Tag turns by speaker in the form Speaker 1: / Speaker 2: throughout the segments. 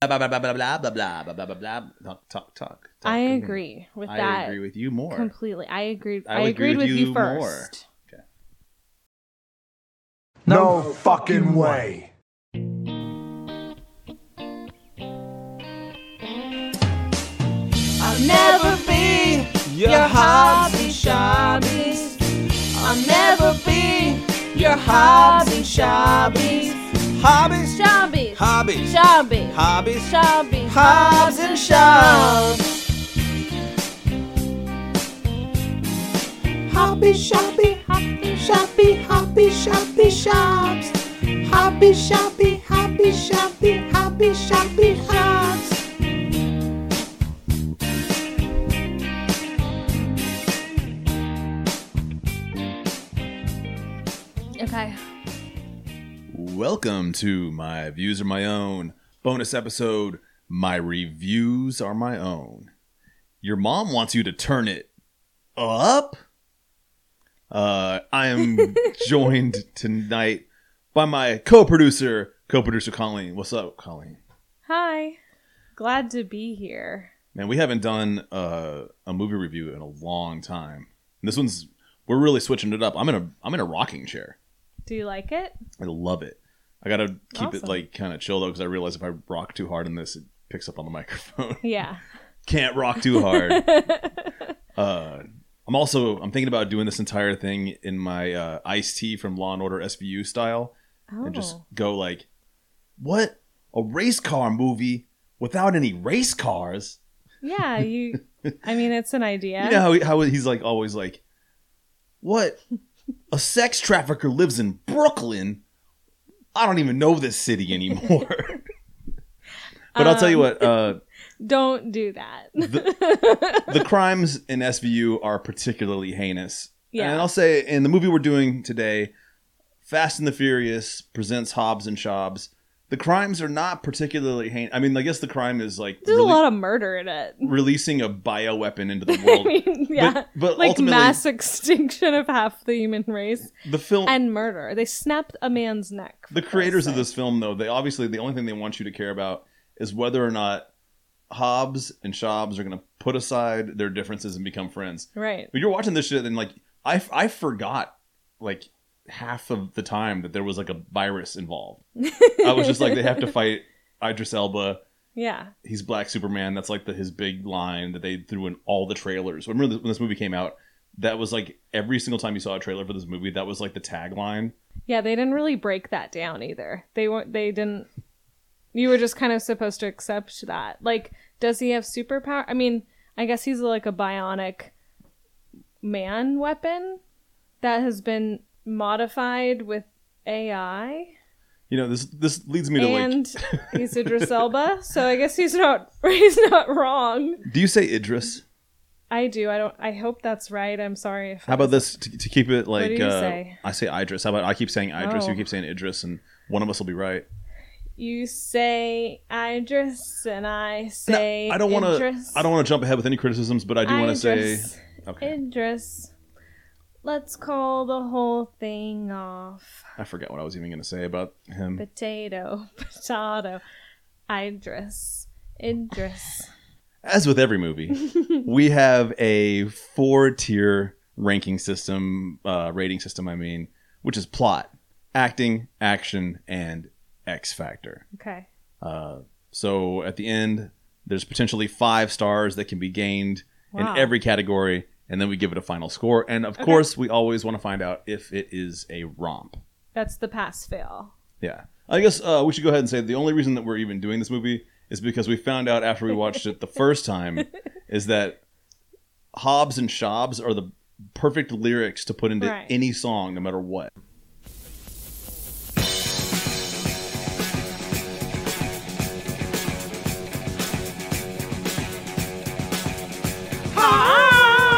Speaker 1: blah blah blah blah blah blah blah blah blah blah blah. Talk talk talk. talk.
Speaker 2: I agree with
Speaker 1: I
Speaker 2: that
Speaker 1: agree with you more.
Speaker 2: completely. I agreed.
Speaker 1: I
Speaker 2: I,
Speaker 1: would agree
Speaker 2: agreed
Speaker 1: with
Speaker 2: with you,
Speaker 1: you more.
Speaker 2: first.
Speaker 3: No fucking way.
Speaker 4: I'll never be your hobby shobbies. I'll never be your hobby shobbies. Hobbies,
Speaker 2: Shabby,
Speaker 4: hobbies,
Speaker 2: shabby,
Speaker 4: hobbies,
Speaker 2: shabby,
Speaker 4: hobs and shobs. Hobby shoppy, hobby shoppy, hobby shoppy shops. Hobby shoppy, hobby shoppy, hobby shoppy shops.
Speaker 2: Okay.
Speaker 1: Welcome to my views are my own bonus episode. My reviews are my own. Your mom wants you to turn it up. Uh, I am joined tonight by my co-producer, co-producer Colleen. What's up, Colleen?
Speaker 2: Hi. Glad to be here.
Speaker 1: Man, we haven't done uh, a movie review in a long time. And this one's we're really switching it up. I'm in a I'm in a rocking chair.
Speaker 2: Do you like it?
Speaker 1: I love it. I gotta keep it
Speaker 2: Awesome.
Speaker 1: like kind of chill though, because I realize if I rock too hard in this, it picks up on the microphone.
Speaker 2: Yeah.
Speaker 1: Can't rock too hard. uh, I'm also I'm thinking about doing this entire thing in my uh, iced tea from Law and Order SVU style,
Speaker 2: Oh.
Speaker 1: and just go like, what a race car movie without any race cars.
Speaker 2: Yeah, you I mean it's an idea.
Speaker 1: You know how, he, how he's like always like, what? A sex trafficker lives in Brooklyn. I don't even know this city anymore. but I'll tell you what, uh,
Speaker 2: Um, Don't do that.
Speaker 1: the crimes in SVU are particularly heinous.
Speaker 2: Yeah.
Speaker 1: And I'll say in the movie we're doing today, Fast and the Furious presents Hobbs and Shobbs. The crimes are not particularly heinous. I mean, I guess the crime is like
Speaker 2: There's
Speaker 1: rele-
Speaker 2: a lot of murder in it.
Speaker 1: releasing a bioweapon into the
Speaker 2: I
Speaker 1: world.
Speaker 2: mean, yeah.
Speaker 1: but
Speaker 2: like
Speaker 1: ultimately-
Speaker 2: mass extinction of half the human race
Speaker 1: the film
Speaker 2: and murder. They snapped a man's neck. for
Speaker 1: the creators of
Speaker 2: Christ's
Speaker 1: this film though they obviously the only thing they want you to care about is whether or not hobbs and shobbs are going to put aside their differences and become friends
Speaker 2: sake. Right.
Speaker 1: but you're watching this shit and like i i forgot like half of the time that there was like a virus involved i was just like they have to fight idris elba
Speaker 2: Yeah.
Speaker 1: he's black superman that's like the, his big line that they threw in all the trailers remember this, when this movie came out that was like every single time you saw a trailer for this movie that was like the tagline
Speaker 2: Yeah, they didn't really break that down either. They weren't they didn't you were just kind of supposed to accept that. Like, does he have superpower? I mean, I guess he's like a bionic man weapon that has been modified with AI.
Speaker 1: you know this this leads me to like
Speaker 2: and he's Idris Elba, so I guess he's not he's not wrong.
Speaker 1: Do you say Idris?
Speaker 2: I do. I don't. I hope that's right. I'm sorry if
Speaker 1: How about this to, to keep it like
Speaker 2: do you
Speaker 1: uh,
Speaker 2: say?
Speaker 1: I say Idris. How about I keep saying Idris,
Speaker 2: Oh.
Speaker 1: you keep saying Idris, and one of us will be right.
Speaker 2: you say Idris and I say
Speaker 1: I don't want to.
Speaker 2: Idris.
Speaker 1: I don't want to jump ahead with any criticisms, but I do want to say
Speaker 2: Idris.
Speaker 1: okay.
Speaker 2: Idris. Let's call the whole thing off.
Speaker 1: I forgot what I was even going to say about him.
Speaker 2: Potato, potato. Idris, Idris.
Speaker 1: As with every movie, we have a four-tier ranking system, uh, rating system. I mean, which is plot, acting, action, and X factor.
Speaker 2: Okay.
Speaker 1: So at the end, there's potentially five stars that can be gained
Speaker 2: Wow.
Speaker 1: in every category, and then we give it a final score. And of course, we always want to find out if it is a romp.
Speaker 2: That's the pass fail.
Speaker 1: Yeah. I guess uh, we should go ahead and say the only reason that we're even doing this movie is because we found out after we watched it the first time is that Hobbs and Shobbs are the perfect lyrics to put into
Speaker 2: Right.
Speaker 1: any song, no matter what.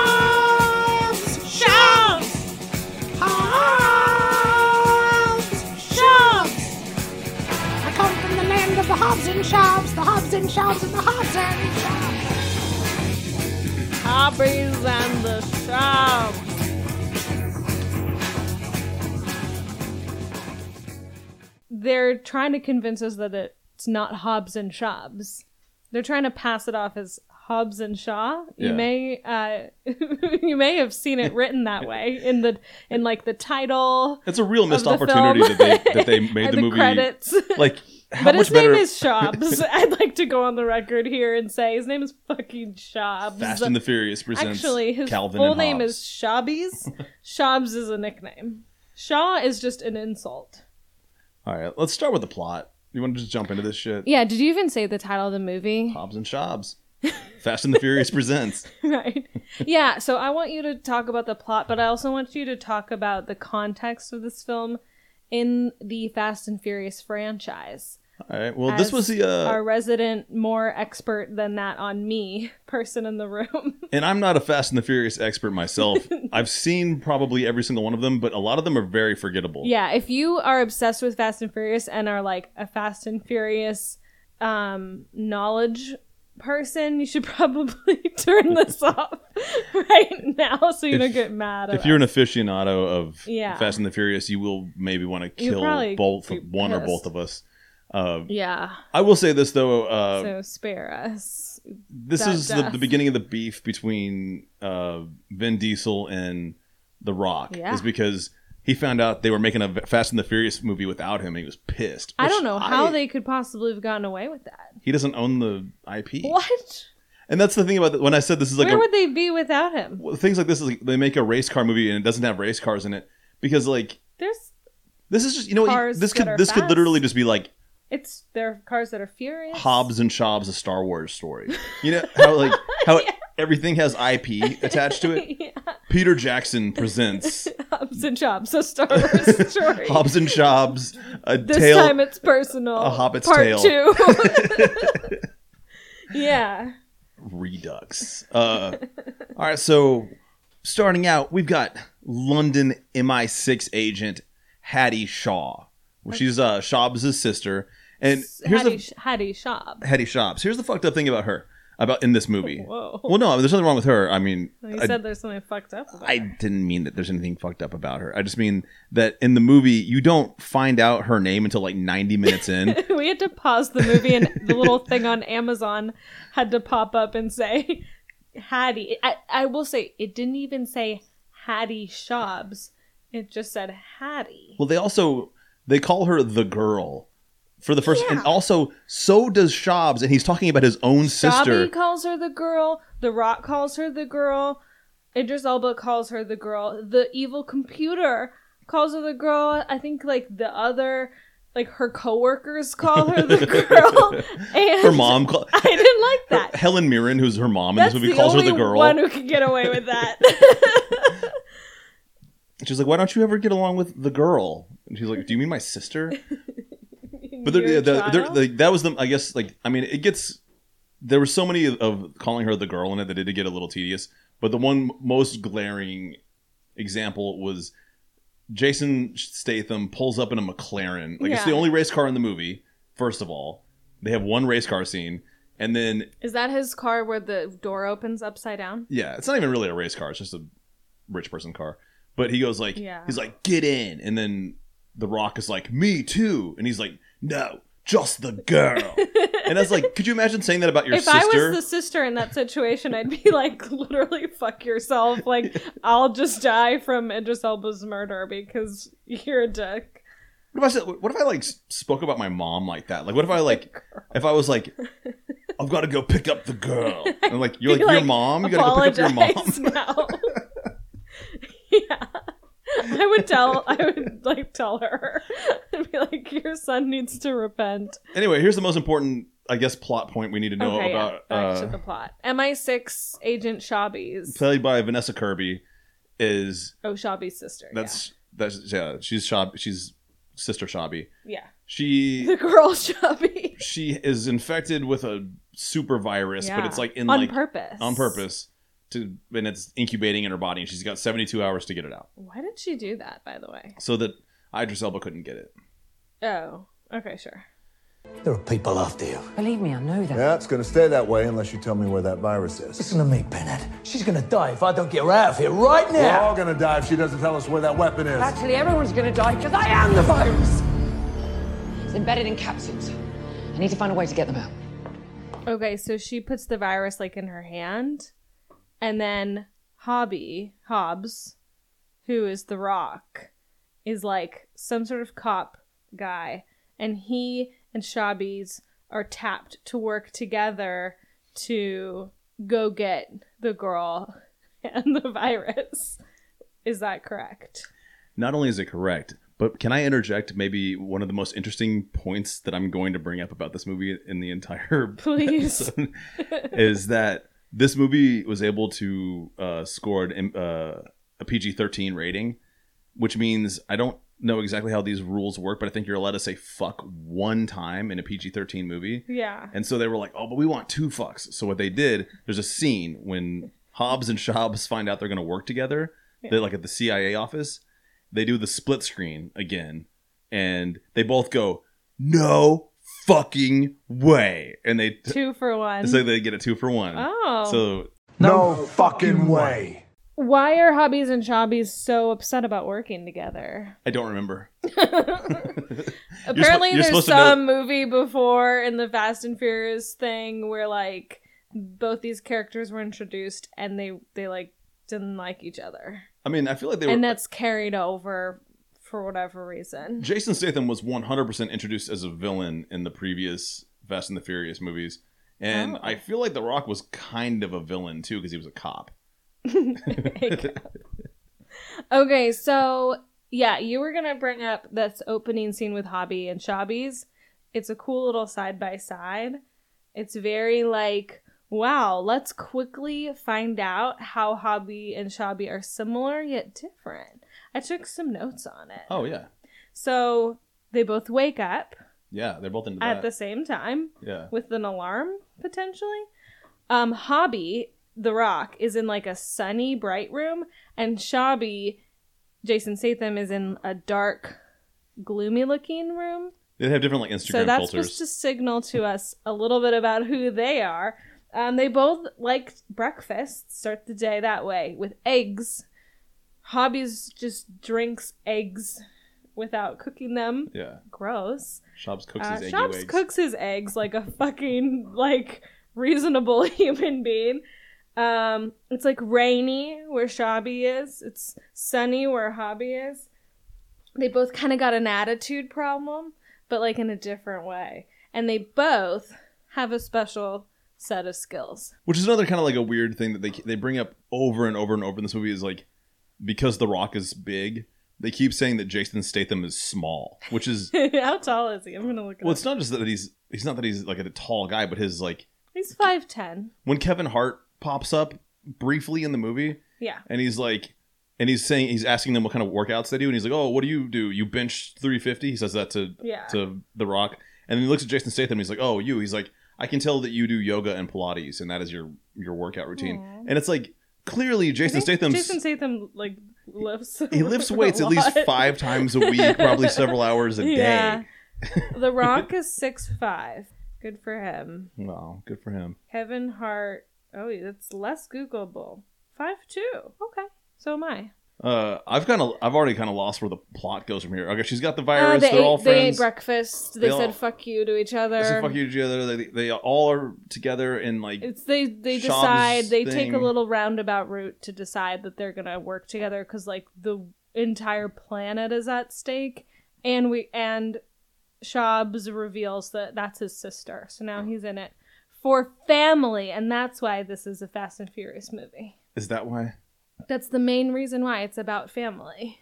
Speaker 4: Hobbs Shoves! Hobbs Shoves! I come from the land of the Hobbs and Shoves, the Hobbs and Shoves, and the Hobbs and Shoves.
Speaker 2: Hobbies and the shop. They're trying to convince us that it it's not Hobbs and Shobbs. They're trying to pass it off as Hobbs and Shaw. You
Speaker 1: Yeah.
Speaker 2: may uh, you may have seen it written that way in the in like the title.
Speaker 1: It's a real missed
Speaker 2: of the
Speaker 1: opportunity
Speaker 2: film.
Speaker 1: that they that they made
Speaker 2: and
Speaker 1: the, movie.
Speaker 2: credits.
Speaker 1: Like how
Speaker 2: but
Speaker 1: much
Speaker 2: his
Speaker 1: better
Speaker 2: name is Shobbs. I'd like to go on the record here and say his name is fucking Shobbs.
Speaker 1: Fast and the Furious presents
Speaker 2: Actually, his
Speaker 1: Calvin
Speaker 2: full
Speaker 1: and
Speaker 2: name
Speaker 1: Hobbes.
Speaker 2: is Shobbies. Shobbs is a nickname. Shaw is just an insult.
Speaker 1: All right, let's start with the plot. You want to just jump into this shit?
Speaker 2: Yeah, did you even say the title of the movie?
Speaker 1: Hobbs and Shobbs. Fast and the Furious presents.
Speaker 2: right. Yeah, so I want you to talk about the plot, but I also want you to talk about the context of this film in the Fast and Furious franchise.
Speaker 1: All right. Well, this
Speaker 2: As
Speaker 1: was the uh,
Speaker 2: Our resident, more expert than that on me person in the room.
Speaker 1: and I'm not a Fast and the Furious expert myself. I've seen probably every single one of them, but a lot of them are very forgettable.
Speaker 2: Yeah, if you are obsessed with Fast and Furious and are like a Fast and Furious um, knowledge person, you should probably turn this off right now so you
Speaker 1: If-
Speaker 2: don't get mad.
Speaker 1: If
Speaker 2: at
Speaker 1: you're an
Speaker 2: us.
Speaker 1: aficionado of
Speaker 2: Yeah.
Speaker 1: Fast and the Furious, you will maybe want to
Speaker 2: You'll
Speaker 1: kill
Speaker 2: probably
Speaker 1: both
Speaker 2: be
Speaker 1: one or
Speaker 2: pissed.
Speaker 1: both of us. Uh,
Speaker 2: yeah,
Speaker 1: I will say this though. Uh,
Speaker 2: so spare us.
Speaker 1: this
Speaker 2: that
Speaker 1: is the,
Speaker 2: death.
Speaker 1: the beginning of the beef between uh, Vin Diesel and The Rock.
Speaker 2: Yeah.
Speaker 1: Is because he found out they were making a Fast and the Furious movie without him, and he was pissed.
Speaker 2: I
Speaker 1: which
Speaker 2: don't know how
Speaker 1: I-
Speaker 2: they could possibly have gotten away with that.
Speaker 1: He doesn't own the IP.
Speaker 2: What?
Speaker 1: And that's the thing about when I said this is like
Speaker 2: Where
Speaker 1: a,
Speaker 2: would they be without him?
Speaker 1: well, things like this is like they make a race car movie and it doesn't have race cars in it because like
Speaker 2: There's
Speaker 1: this is just you know what, you-
Speaker 2: Cars
Speaker 1: this
Speaker 2: that
Speaker 1: could
Speaker 2: are
Speaker 1: this could
Speaker 2: fast.
Speaker 1: literally just be like
Speaker 2: it's there are cars that are furious.
Speaker 1: Hobbs and Shobbs a Star Wars story. You know how like how everything has IP attached to it.
Speaker 2: yeah,
Speaker 1: Peter Jackson presents
Speaker 2: Hobbs and Chobbs, so Star Wars story.
Speaker 1: Hobbs and Shobbs a
Speaker 2: This
Speaker 1: tale
Speaker 2: time it's personal.
Speaker 1: A hobbit's
Speaker 2: part
Speaker 1: tale.
Speaker 2: two. yeah.
Speaker 1: redux. Uh, all right, so starting out, we've got London MI6 agent Hattie Shaw. Well, she's uh, Shobbs' sister, and here's
Speaker 2: Hattie,
Speaker 1: the
Speaker 2: Hattie Shop.
Speaker 1: Hattie Shobbs. Here's the fucked up thing about her about in this movie.
Speaker 2: Whoa.
Speaker 1: Well, no, I mean, there's nothing wrong with her. I mean,
Speaker 2: You
Speaker 1: I-
Speaker 2: said there's something fucked up. About
Speaker 1: I didn't mean that there's anything fucked up about her. I just mean that in the movie, you don't find out her name until like 90 minutes in.
Speaker 2: it. we had to pause the movie, and the little thing on Amazon had to pop up and say Hattie. I, I will say it didn't even say Hattie Shobbs. It just said Hattie.
Speaker 1: Well, they also they call her the girl for the first, and also so does Shobbs, and he's talking about his own sister.
Speaker 2: Dobby calls her the girl. The Rock calls her the girl. Idris Elba calls her the girl. The evil computer calls her the girl. I think like the other, like her coworkers call her the girl. And
Speaker 1: Her mom, call-
Speaker 2: I didn't like that.
Speaker 1: Helen Mirren, who's her mom in
Speaker 2: That's
Speaker 1: this movie,
Speaker 2: the
Speaker 1: calls her
Speaker 2: only
Speaker 1: the girl.
Speaker 2: one who can get away with that.
Speaker 1: She's like, "Why don't you ever get along with the girl?" And she's like, "Do you mean my sister?" But they're,
Speaker 2: Your
Speaker 1: they're, they're,
Speaker 2: child?
Speaker 1: like, that was the I guess like I mean it gets there were so many of, of calling her the girl in it that it did get a little tedious. But the one most glaring example was Jason Statham pulls up in a McLaren. Like it's
Speaker 2: Yeah.
Speaker 1: the only race car in the movie. First of all, they have one race car scene, and then
Speaker 2: Is that his car where the door opens upside down?
Speaker 1: yeah, it's not even really a race car. It's just a rich person car. But he goes like,
Speaker 2: Yeah.
Speaker 1: he's like, get in, and then The Rock is like, me too, and he's like, no, just the girl. and I was like, could you imagine saying that about your
Speaker 2: if I
Speaker 1: sister?
Speaker 2: was the sister in that situation, I'd be like, literally, fuck yourself. Like, I'll just die from Idris Elba's murder because you're a dick.
Speaker 1: what, if I said, what if I like s- spoke about my mom like that? Like, what if I like, if I was like, I've got to go pick up the girl, and like you're like,
Speaker 2: You,
Speaker 1: your mom, you got to pick up your mom.
Speaker 2: apologize now. yeah. I would tell, I would like tell her. I'd be like, your son needs to repent.
Speaker 1: anyway, here's the most important, I guess, plot point we need to know
Speaker 2: okay,
Speaker 1: about.
Speaker 2: yeah. back
Speaker 1: uh,
Speaker 2: to the plot. MI6 agent Shabby's.
Speaker 1: played by Vanessa Kirby is
Speaker 2: oh, Shabby's sister.
Speaker 1: That's that's yeah. She's Shab. She's sister Shabby.
Speaker 2: yeah. yeah.
Speaker 1: She
Speaker 2: The girl Shabby.
Speaker 1: she is infected with a super virus, but
Speaker 2: Yeah.
Speaker 1: it's like in
Speaker 2: on
Speaker 1: like
Speaker 2: purpose.
Speaker 1: on purpose to and it's incubating in her body, and she's got seventy two hours to get it out,
Speaker 2: Why did she do that, by the way?
Speaker 1: so that Idris Elba couldn't get it.
Speaker 2: Oh, okay, sure.
Speaker 5: There are people after you.
Speaker 6: Believe me, I know that.
Speaker 3: Yeah, it's gonna stay that way unless you tell me where that virus is.
Speaker 5: Listen to me, Bennett. She's gonna die if I don't get her out of here right
Speaker 3: We're
Speaker 5: now.
Speaker 3: all gonna die if she doesn't tell us where that weapon is.
Speaker 6: Actually, everyone's gonna die because I am the virus. It's embedded in capsules. I need to find a way to get them out.
Speaker 2: Okay, so she puts the virus like in her hand, and then Hobby Hobbs, who is the Rock, is like some sort of cop guy, and he and Shabby's are tapped to work together to go get the girl and the virus. Is that correct?
Speaker 1: Not only is it correct, but can I interject maybe one of the most interesting points that I'm going to bring up about this movie in the entire
Speaker 2: Please.
Speaker 1: is that this movie was able to uh, score an, uh, a PG 13 rating, which means I don't know exactly how these rules work, but I think you're allowed to say fuck one time in a PG 13 movie.
Speaker 2: yeah.
Speaker 1: And so they were like, oh, but we want two fucks. So what they did, there's a scene when Hobbs and Shobbs find out they're going to work together. They're like at the CIA office. They do the split screen again. And they both go, no fucking way. And they
Speaker 2: Two for one.
Speaker 1: so they get a two for one.
Speaker 2: Oh.
Speaker 1: So
Speaker 3: No, fucking way.
Speaker 2: Why are Hobbies and Shobbies so upset about working together?
Speaker 1: I don't remember.
Speaker 2: Apparently,
Speaker 1: you're
Speaker 2: there's
Speaker 1: supposed to know-
Speaker 2: some movie before in the Fast and Furious thing where like both these characters were introduced and they they like didn't like each other,
Speaker 1: I mean, I feel like they were.
Speaker 2: and that's carried over for whatever reason.
Speaker 1: Jason Statham was 100% introduced as a villain in the previous Fast and the Furious movies.
Speaker 2: Oh.
Speaker 1: And I feel like The Rock was kind of a villain too because he was a cop.
Speaker 2: Okay, so yeah, you were gonna bring up this opening scene with Hobby and Shobbies. It's a cool little side by side. It's very like, wow, let's quickly find out how Hobby and Shobby are similar yet different. I took some notes on it.
Speaker 1: Oh, yeah.
Speaker 2: So they both wake up
Speaker 1: Yeah, they're both into that.
Speaker 2: at the same time
Speaker 1: yeah.
Speaker 2: with an alarm potentially. Um, Hobby, The Rock, is in like a sunny, bright room, and Shabby, Jason Statham, is in a dark, gloomy-looking room.
Speaker 1: They have different like Instagram
Speaker 2: So that's
Speaker 1: filters.
Speaker 2: supposed to signal to us a little bit about who they are. Um, they both like breakfast, start the day that way with eggs. Hobbies just drinks eggs without cooking them.
Speaker 1: yeah.
Speaker 2: Gross.
Speaker 1: Shops cooks
Speaker 2: Uh,
Speaker 1: his egg
Speaker 2: Shops
Speaker 1: eggs.
Speaker 2: cooks his eggs like a fucking like reasonable human being. Um, it's like rainy where Shabby is. It's sunny where Hobby is. They both kind of got an attitude problem, but like in a different way, and they both have a special set of skills.
Speaker 1: Which is another kind of like a weird thing that they they bring up over and over and over in this movie is like because The Rock is big, they keep saying that Jason Statham is small, which is
Speaker 2: How tall is he? I'm gonna look. It
Speaker 1: Well,
Speaker 2: up.
Speaker 1: it's not just that he's he's not that he's like a tall guy, but his like
Speaker 2: He's five ten.
Speaker 1: when Kevin Hart pops up briefly in the movie,
Speaker 2: Yeah.
Speaker 1: and he's like, and he's saying he's asking them what kind of workouts they do, and he's like, oh, what do you do? You bench three fifty? He says that to
Speaker 2: Yeah.
Speaker 1: to The Rock, and then he looks at Jason Statham, and he's like, oh, you? He's like, I can tell that you do yoga and Pilates, and that is your your workout routine, and it's like clearly Jason
Speaker 2: I think
Speaker 1: Statham's
Speaker 2: Jason Statham like lifts.
Speaker 1: he lifts
Speaker 2: a
Speaker 1: weights at least
Speaker 2: lot.
Speaker 1: five times a week, probably several hours a day.
Speaker 2: the Rock is six five. Good for him.
Speaker 1: Wow, good for him.
Speaker 2: Kevin Hart. Oh, that's less Googleable. Five two. Okay, so am I.
Speaker 1: Uh, I've kind of, I've already kind of lost where the plot goes from here. Okay, she's got the
Speaker 2: Uh,
Speaker 1: virus.
Speaker 2: they,
Speaker 1: they're all
Speaker 2: ate, they ate
Speaker 1: friends.
Speaker 2: breakfast. They,
Speaker 1: They
Speaker 2: said
Speaker 1: all-
Speaker 2: "fuck you" to each other.
Speaker 1: They say fuck you to each other. They, they all are together and like
Speaker 2: It's they they
Speaker 1: Shab's
Speaker 2: decide they take a
Speaker 1: thing.
Speaker 2: little roundabout route to decide that they're gonna work together because like the entire planet is at stake, and we and Shabs reveals that that's his sister, so now he's in it for family, and that's why this is a Fast and Furious movie.
Speaker 1: is that why?
Speaker 2: That's the main reason why it's about family.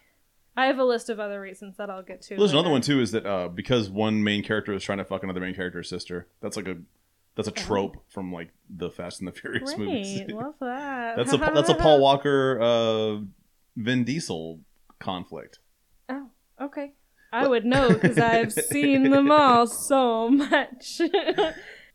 Speaker 2: I have a list of other reasons that I'll get to.
Speaker 1: Well, there's
Speaker 2: later.
Speaker 1: another one too. Is that uh, because one main character is trying to fuck another main character's sister? That's like a that's a trope from like the Fast and the Furious movies.
Speaker 2: Great, love that.
Speaker 1: that's a that's a Paul Walker uh, Vin Diesel conflict.
Speaker 2: Oh, okay. I would know because I've seen them all so much.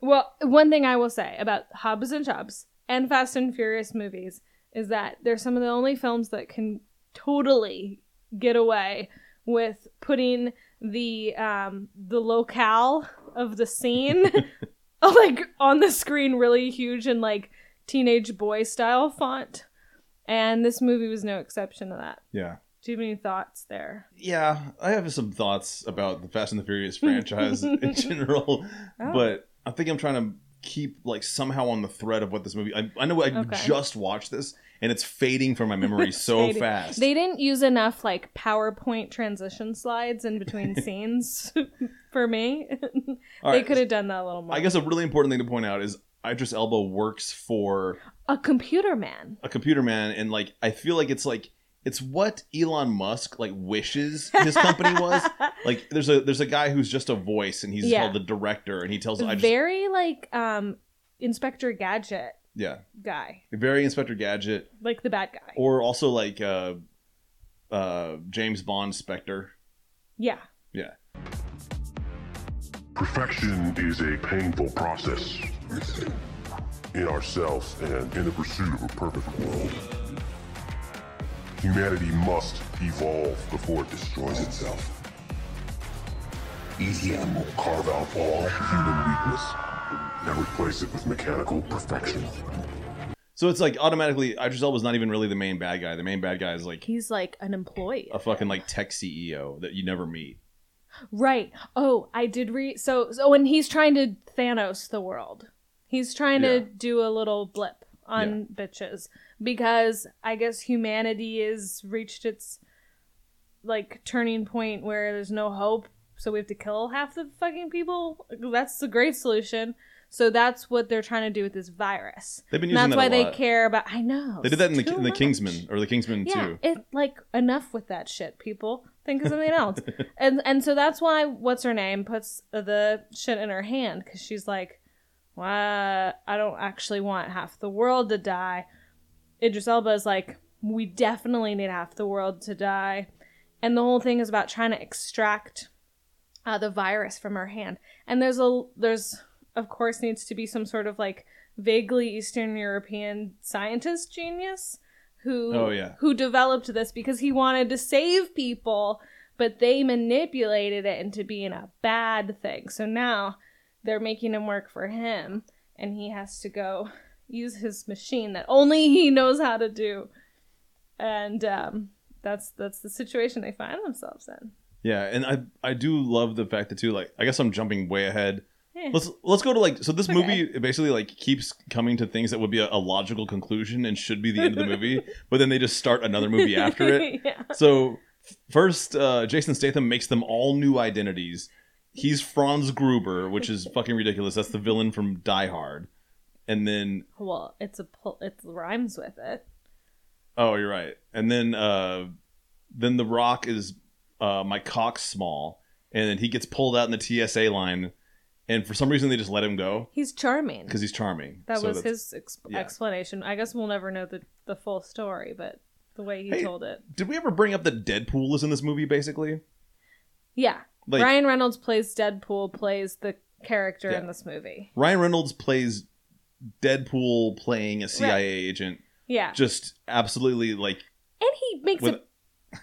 Speaker 2: well, one thing I will say about Hobbs and Shobbs and Fast and Furious movies is that they're some of the only films that can totally get away with putting the um, the locale of the scene like on the screen really huge and like teenage boy style font. And this movie was no exception to that.
Speaker 1: Yeah,
Speaker 2: Do you have any thoughts there?
Speaker 1: yeah, I have some thoughts about the Fast and the Furious franchise in general,
Speaker 2: Oh.
Speaker 1: but I think I'm trying to keep like somehow on the thread of what this movie. I, I know I
Speaker 2: Okay.
Speaker 1: just watched this, and it's fading from my memory so
Speaker 2: They-
Speaker 1: fast.
Speaker 2: They didn't use enough like PowerPoint transition slides in between scenes for me.
Speaker 1: All
Speaker 2: they
Speaker 1: right,
Speaker 2: could have done that a little more.
Speaker 1: I guess a really important thing to point out is Idris Elba works for
Speaker 2: a computer man.
Speaker 1: a computer man, and like I feel like it's like it's what Elon Musk like wishes his company was. Like there's a there's a guy who's just a voice, and he's
Speaker 2: Yeah.
Speaker 1: called the director, and he tells Oh, I just
Speaker 2: Very like um Inspector Gadget
Speaker 1: yeah
Speaker 2: guy,
Speaker 1: very Inspector Gadget.
Speaker 2: like the bad guy.
Speaker 1: or also like uh uh James Bond Spectre.
Speaker 2: yeah.
Speaker 1: Yeah.
Speaker 6: Perfection is a painful process in ourselves and in the pursuit of a perfect world. Humanity must evolve before it destroys itself. EDM will carve out all human weakness and replace it with mechanical perfection.
Speaker 1: So it's like automatically Idris Elba's not even really the main bad guy. The main bad guy is like
Speaker 2: He's like an employee.
Speaker 1: a fucking like tech CEO that you never meet.
Speaker 2: Right. Oh, I did read. So, so when he's trying to Thanos the world, he's trying
Speaker 1: Yeah.
Speaker 2: to do a little blip on bitches because I guess humanity has reached its like turning point where there's no hope. So we have to kill half the fucking people. That's the great solution. So that's what they're trying to do with this virus.
Speaker 1: They've been
Speaker 2: And
Speaker 1: using
Speaker 2: that's
Speaker 1: that a
Speaker 2: why they
Speaker 1: lot.
Speaker 2: care about. I know
Speaker 1: They did that in the,
Speaker 2: too
Speaker 1: in the
Speaker 2: much.
Speaker 1: Kingsman or the Kingsman
Speaker 2: Yeah,
Speaker 1: too.
Speaker 2: it like enough with that shit, people. Think of something else. And and so that's why what's her name puts the shit in her hand because she's like, "What? I don't actually want half the world to die." Idris Elba is like, "We definitely need half the world to die," and the whole thing is about trying to extract uh, the virus from her hand. And there's a there's of course needs to be some sort of like vaguely Eastern European scientist genius who
Speaker 1: Oh, yeah.
Speaker 2: who developed this because he wanted to save people, but they manipulated it into being a bad thing. So now they're making him work for him, and he has to go use his machine that only he knows how to do. And um, that's that's the situation they find themselves in.
Speaker 1: Yeah, and I I do love the fact that too. Like I guess I'm jumping way ahead.
Speaker 2: Yeah.
Speaker 1: Let's let's go to like so this
Speaker 2: Okay.
Speaker 1: movie it basically like keeps coming to things that would be a, a logical conclusion and should be the end of the movie, but then they just start another movie after it.
Speaker 2: yeah.
Speaker 1: So first, uh, Jason Statham makes them all new identities. He's Franz Gruber, which is fucking ridiculous. That's the villain from Die Hard. And then
Speaker 2: Well, it's a pl- it rhymes with it.
Speaker 1: oh, you're right. And then uh, then The Rock is uh, my cock small, and then he gets pulled out in the TSA line, and for some reason they just let him go
Speaker 2: He's charming.
Speaker 1: because he's charming.
Speaker 2: That
Speaker 1: So
Speaker 2: was
Speaker 1: that's-
Speaker 2: his ex-
Speaker 1: yeah.
Speaker 2: explanation. I guess we'll never know the the full story, but the way he
Speaker 1: Hey.
Speaker 2: told it.
Speaker 1: Did we ever bring up that Deadpool is in this movie? Basically,
Speaker 2: Yeah.
Speaker 1: like Ryan,
Speaker 2: Ryan Reynolds plays Deadpool, plays the character
Speaker 1: Yeah.
Speaker 2: in this movie.
Speaker 1: Reynolds plays Deadpool playing a CIA agent.
Speaker 2: Yeah.
Speaker 1: Just absolutely like
Speaker 2: and he makes
Speaker 1: with
Speaker 2: a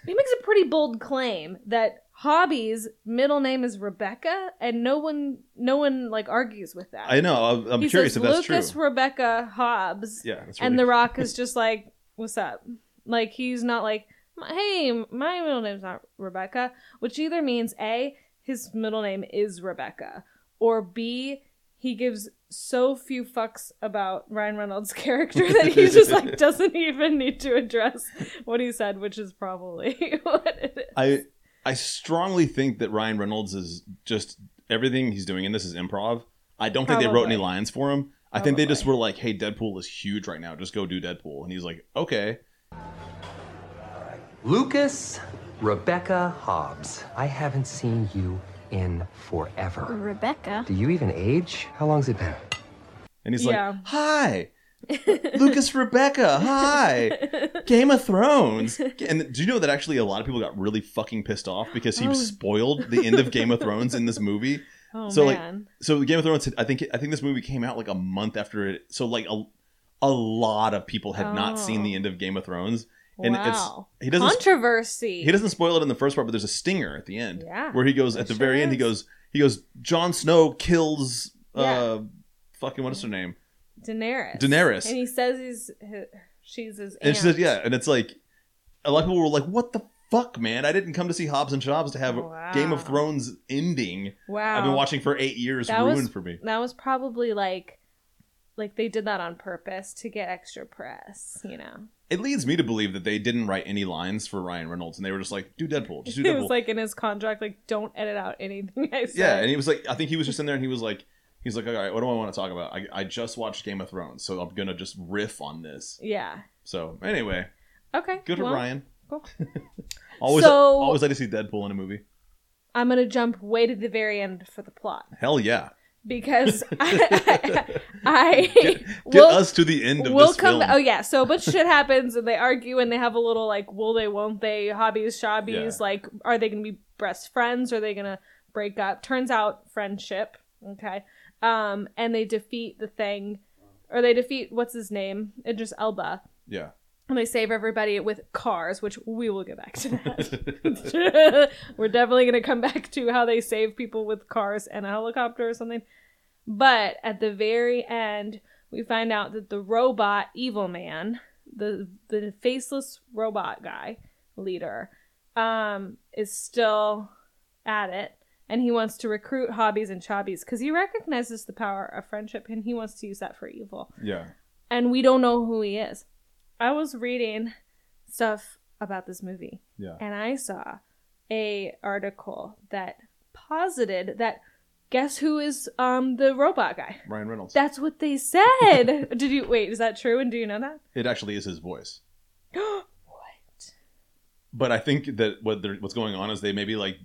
Speaker 2: he makes a pretty bold claim that Hobby's middle name is Rebecca and no one no one like argues with that.
Speaker 1: I know. I'm, I'm
Speaker 2: he
Speaker 1: curious
Speaker 2: says,
Speaker 1: if that's
Speaker 2: Lucas
Speaker 1: true.
Speaker 2: Rebecca Hobbs.
Speaker 1: yeah, that's
Speaker 2: and
Speaker 1: really-
Speaker 2: The Rock is just like, "What's up?" Like he's not like, "Hey, my middle name's not Rebecca," which either means a his middle name is Rebecca, or b he gives so few fucks about Ryan Reynolds' character that he just like doesn't even need to address what he said, which is probably what it is.
Speaker 1: I I strongly think that Ryan Reynolds is just everything he's doing in this is improv. I don't think they wrote
Speaker 2: Probably.
Speaker 1: any lines for him. I think they just
Speaker 2: Probably.
Speaker 1: were like, "Hey, Deadpool is huge right now. Just go do Deadpool." And he's like, "Okay."
Speaker 7: Lucas Rebecca Hobbs. I haven't seen you in forever.
Speaker 8: Rebecca.
Speaker 7: Do you even age? How long's it been?
Speaker 1: And he's
Speaker 2: Yeah.
Speaker 1: like, "Hi, Lucas Rebecca. Hi, Game of Thrones." And do you know that actually a lot of people got really fucking pissed off because he spoiled the end of Game of Thrones in this movie.
Speaker 2: Oh
Speaker 1: so like
Speaker 2: man,
Speaker 1: so game of thrones had- i think i think this movie came out like a month after it so like a, a lot of people had not seen
Speaker 2: Oh.
Speaker 1: the end of game of thrones and
Speaker 2: wow,
Speaker 1: it's he doesn't
Speaker 2: controversy.
Speaker 1: he doesn't spoil it in the first part but there's a stinger at the end
Speaker 2: Yeah,
Speaker 1: where he goes
Speaker 2: there
Speaker 1: at the
Speaker 2: sure
Speaker 1: very end he
Speaker 2: is.
Speaker 1: goes he goes Jon Snow kills uh
Speaker 2: Yeah.
Speaker 1: fucking what's her name
Speaker 2: Daenerys.
Speaker 1: Daenerys.
Speaker 2: and he says he's he- she's his.
Speaker 1: and
Speaker 2: Aunt.
Speaker 1: she says yeah and it's like a lot of people were like what the fuck, man, I didn't come to see Hobbs and Shobbs to have
Speaker 2: Wow.
Speaker 1: Game of Thrones ending.
Speaker 2: Wow.
Speaker 1: I've been watching for eight years,
Speaker 2: That
Speaker 1: ruined
Speaker 2: was-
Speaker 1: for me.
Speaker 2: That was probably like like they did that on purpose to get extra press, you know.
Speaker 1: It leads me to believe that they didn't write any lines for Ryan Reynolds, and they were just like, "Do Deadpool, just do
Speaker 2: It
Speaker 1: Deadpool."
Speaker 2: was like in his contract, like don't edit out anything I said.
Speaker 1: yeah, and he was like, I think he was just in there, and he was like, he's like, "All right, what do I want to talk about? I, I just watched Game of Thrones, so I'm gonna just riff on this."
Speaker 2: yeah.
Speaker 1: So anyway,
Speaker 2: Okay.
Speaker 1: good for
Speaker 2: well,
Speaker 1: Ryan.
Speaker 2: cool.
Speaker 1: always,
Speaker 2: So-
Speaker 1: always like to see Deadpool in a movie.
Speaker 2: I'm gonna jump way to the very end for the plot
Speaker 1: Hell yeah!
Speaker 2: because I, I
Speaker 1: Get
Speaker 2: will-
Speaker 1: us to the end of
Speaker 2: we'll
Speaker 1: this
Speaker 2: come.
Speaker 1: film.
Speaker 2: Oh yeah. So, but shit happens, and they argue, and they have a little like, will they, won't they, hobbies, shobbies.
Speaker 1: Yeah.
Speaker 2: Like, are they going to be best friends? Are they going to break up? Turns out, friendship. Okay. Um, and they defeat the thing, or they defeat what's his name, Idris Elba,
Speaker 1: Yeah.
Speaker 2: and they save everybody with cars, which we will get back to that. We're definitely going to come back to how they save people with cars and a helicopter or something. But at the very end, we find out that the robot evil man, the the faceless robot guy leader, um, is still at it, and he wants to recruit hobbies and chobbies because he recognizes the power of friendship and he wants to use that for evil
Speaker 1: Yeah.
Speaker 2: and we don't know who he is. I was reading stuff about this movie,
Speaker 1: Yeah.
Speaker 2: and I saw a article that posited that guess who is um the robot guy?
Speaker 1: Ryan Reynolds.
Speaker 2: That's what they said. Did you wait? Is that true? And do you know that?
Speaker 1: it actually is his voice.
Speaker 2: what?
Speaker 1: But I think that what they're, what's going on is they maybe like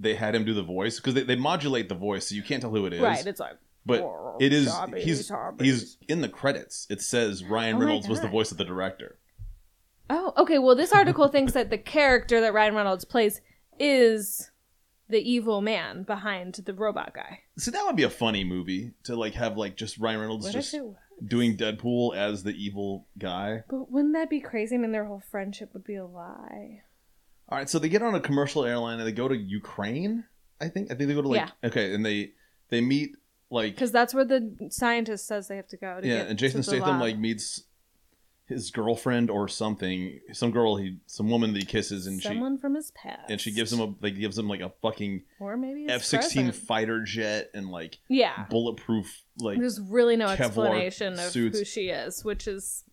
Speaker 1: they had him do the voice because they, they modulate the voice so you can't tell who it is.
Speaker 2: Right. It's like
Speaker 1: but
Speaker 2: "Oh,
Speaker 1: it is
Speaker 2: zombies,
Speaker 1: he's
Speaker 2: zombies."
Speaker 1: he's in the credits. It says Ryan
Speaker 2: Oh my
Speaker 1: Reynolds was the
Speaker 2: God.
Speaker 1: voice of the director.
Speaker 2: oh okay. Well, this article thinks that the character that Ryan Reynolds plays is the evil man behind the robot guy.
Speaker 1: See, that would be a funny movie to like have like just Ryan Reynolds
Speaker 2: What
Speaker 1: just
Speaker 2: if it was?
Speaker 1: doing Deadpool as the evil guy.
Speaker 2: But wouldn't that be crazy? I mean, their whole friendship would be a lie.
Speaker 1: All right, so they get on a commercial airline and they go to Ukraine. I think I think they go to like okay, and they they meet like
Speaker 2: Because that's where the scientist says they have to go. To
Speaker 1: yeah,
Speaker 2: get
Speaker 1: and
Speaker 2: to
Speaker 1: Jason
Speaker 2: the
Speaker 1: Statham
Speaker 2: lab.
Speaker 1: like meets his girlfriend or something, some girl he, some woman that he kisses, and
Speaker 2: someone from his past,
Speaker 1: she and she gives him a like gives him like a fucking
Speaker 2: or maybe his
Speaker 1: F sixteen
Speaker 2: present.
Speaker 1: fighter jet and like
Speaker 2: Yeah,
Speaker 1: bulletproof like
Speaker 2: there's really no
Speaker 1: Kevlar
Speaker 2: explanation of
Speaker 1: suits.
Speaker 2: who she is, which is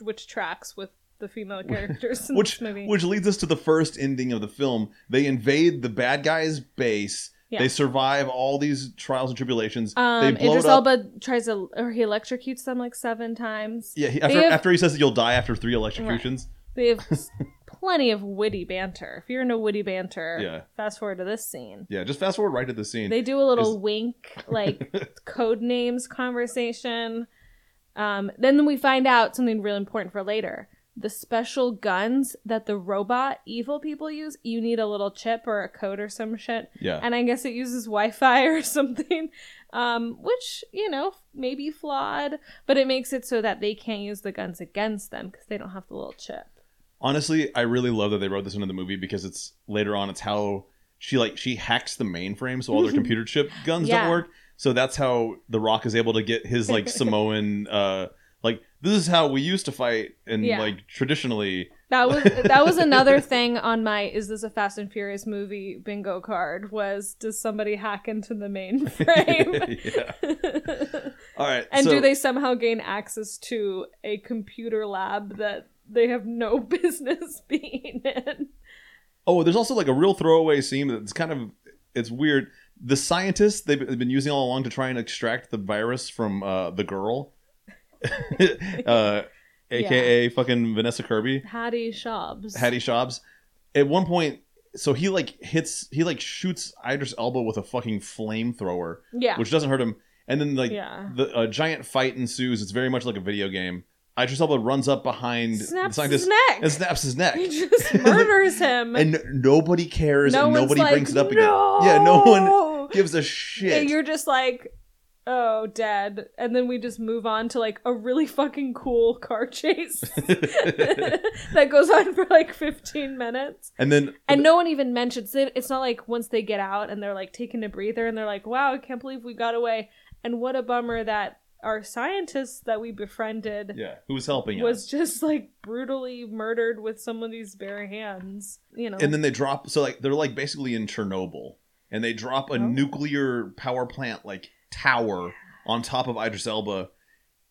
Speaker 2: which tracks with the female characters in
Speaker 1: which
Speaker 2: this movie.
Speaker 1: which leads us to the first ending of the film. They invade the bad guy's base.
Speaker 2: Yeah.
Speaker 1: They survive all these trials and tribulations. they
Speaker 2: um,
Speaker 1: blow
Speaker 2: Idris
Speaker 1: it up.
Speaker 2: Elba tries to, or he electrocutes them like seven times.
Speaker 1: Yeah, he,
Speaker 2: They
Speaker 1: after
Speaker 2: have-
Speaker 1: after he says that you'll die after three electrocutions.
Speaker 2: They have s- plenty of witty banter. If you're into witty banter,
Speaker 1: Yeah.
Speaker 2: fast forward to this scene.
Speaker 1: Yeah, just fast forward right to the scene.
Speaker 2: They do a little
Speaker 1: Is-
Speaker 2: wink, like code names conversation. Um, then we find out something real important for later. The special guns that the robot evil people use, you need a little chip or a code or some shit.
Speaker 1: Yeah.
Speaker 2: And I guess it uses Wi Fi or something, um, which, you know, may be flawed, but it makes it so that they can't use the guns against them because they don't have the little chip.
Speaker 1: Honestly, I really love that they wrote this into the movie because it's later on. It's how she like she hacks the mainframe, so all their computer chip guns
Speaker 2: Mm-hmm. Yeah.
Speaker 1: don't work. So that's how The Rock is able to get his like Samoan uh like this is how we used to fight and
Speaker 2: Yeah.
Speaker 1: like traditionally.
Speaker 2: That was that was another thing on my is this a Fast and Furious movie bingo card was does somebody hack into the mainframe
Speaker 1: yeah. All right.
Speaker 2: and
Speaker 1: so-
Speaker 2: do they somehow gain access to a computer lab that they have no business being in?
Speaker 1: Oh, there's also like a real throwaway scene that's kind of it's weird. The scientists they've they've been using all along to try and extract the virus from uh, the girl, uh, aka fucking Vanessa Kirby,
Speaker 2: Hattie Shobbs.
Speaker 1: Hattie Shobbs. At one point, so he like hits he like shoots Idris Elba with a fucking flamethrower,
Speaker 2: Yeah.
Speaker 1: which doesn't hurt him. And then like
Speaker 2: Yeah.
Speaker 1: the a giant fight ensues. It's very much like a video game. Idris Elba runs up behind
Speaker 2: Snaps
Speaker 1: the
Speaker 2: his
Speaker 1: scientist
Speaker 2: neck.
Speaker 1: and snaps his neck.
Speaker 2: He just murders him.
Speaker 1: and nobody cares
Speaker 2: No
Speaker 1: and
Speaker 2: one's
Speaker 1: nobody
Speaker 2: like,
Speaker 1: brings it up
Speaker 2: "No!"
Speaker 1: again. Yeah, no one gives a
Speaker 2: and
Speaker 1: shit.
Speaker 2: you're just like oh dead and then we just move on to like a really fucking cool car chase that goes on for like 15 minutes
Speaker 1: and then
Speaker 2: and no one even mentions it it's not like once they get out and they're like taking a breather and they're like wow i can't believe we got away and what a bummer that our scientists that we befriended
Speaker 1: Yeah. Who was helping
Speaker 2: was
Speaker 1: us?
Speaker 2: just like brutally murdered with somebody's bare hands. You know,
Speaker 1: and then they drop. So like they're like basically in Chernobyl, and they
Speaker 2: Oh.
Speaker 1: drop a nuclear power plant like tower on top of Idris Elba,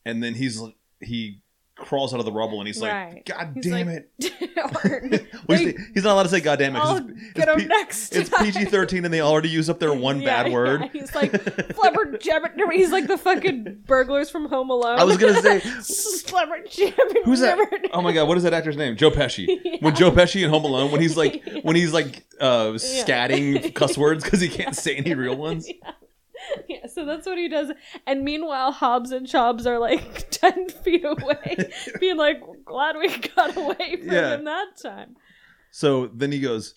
Speaker 1: and then he's he crawls out of the rubble and he's
Speaker 2: Right.
Speaker 1: like, "God
Speaker 2: He's
Speaker 1: damn
Speaker 2: like,
Speaker 1: it."
Speaker 2: Darn.
Speaker 1: Well, he's,
Speaker 2: Like,
Speaker 1: he's not allowed to say "God damn it." 'cause
Speaker 2: I'll get him next
Speaker 1: It's
Speaker 2: time.
Speaker 1: PG thirteen, and they already used up their one
Speaker 2: yeah,
Speaker 1: bad word.
Speaker 2: yeah, He's like flubber jabber. He's like the fucking burglars from Home Alone.
Speaker 1: I was gonna say,
Speaker 2: flubber jabber.
Speaker 1: who's that? Oh my god, what is that actor's name? Joe Pesci. When Joe Pesci in Home Alone, when he's like, when he's like uh, scatting cuss words because he can't say any real ones.
Speaker 2: Yeah, so that's what he does. And meanwhile, Hobbs and Chobbs are like 10 feet away, being like, glad we got away from
Speaker 1: Yeah.
Speaker 2: him that time.
Speaker 1: So then he goes,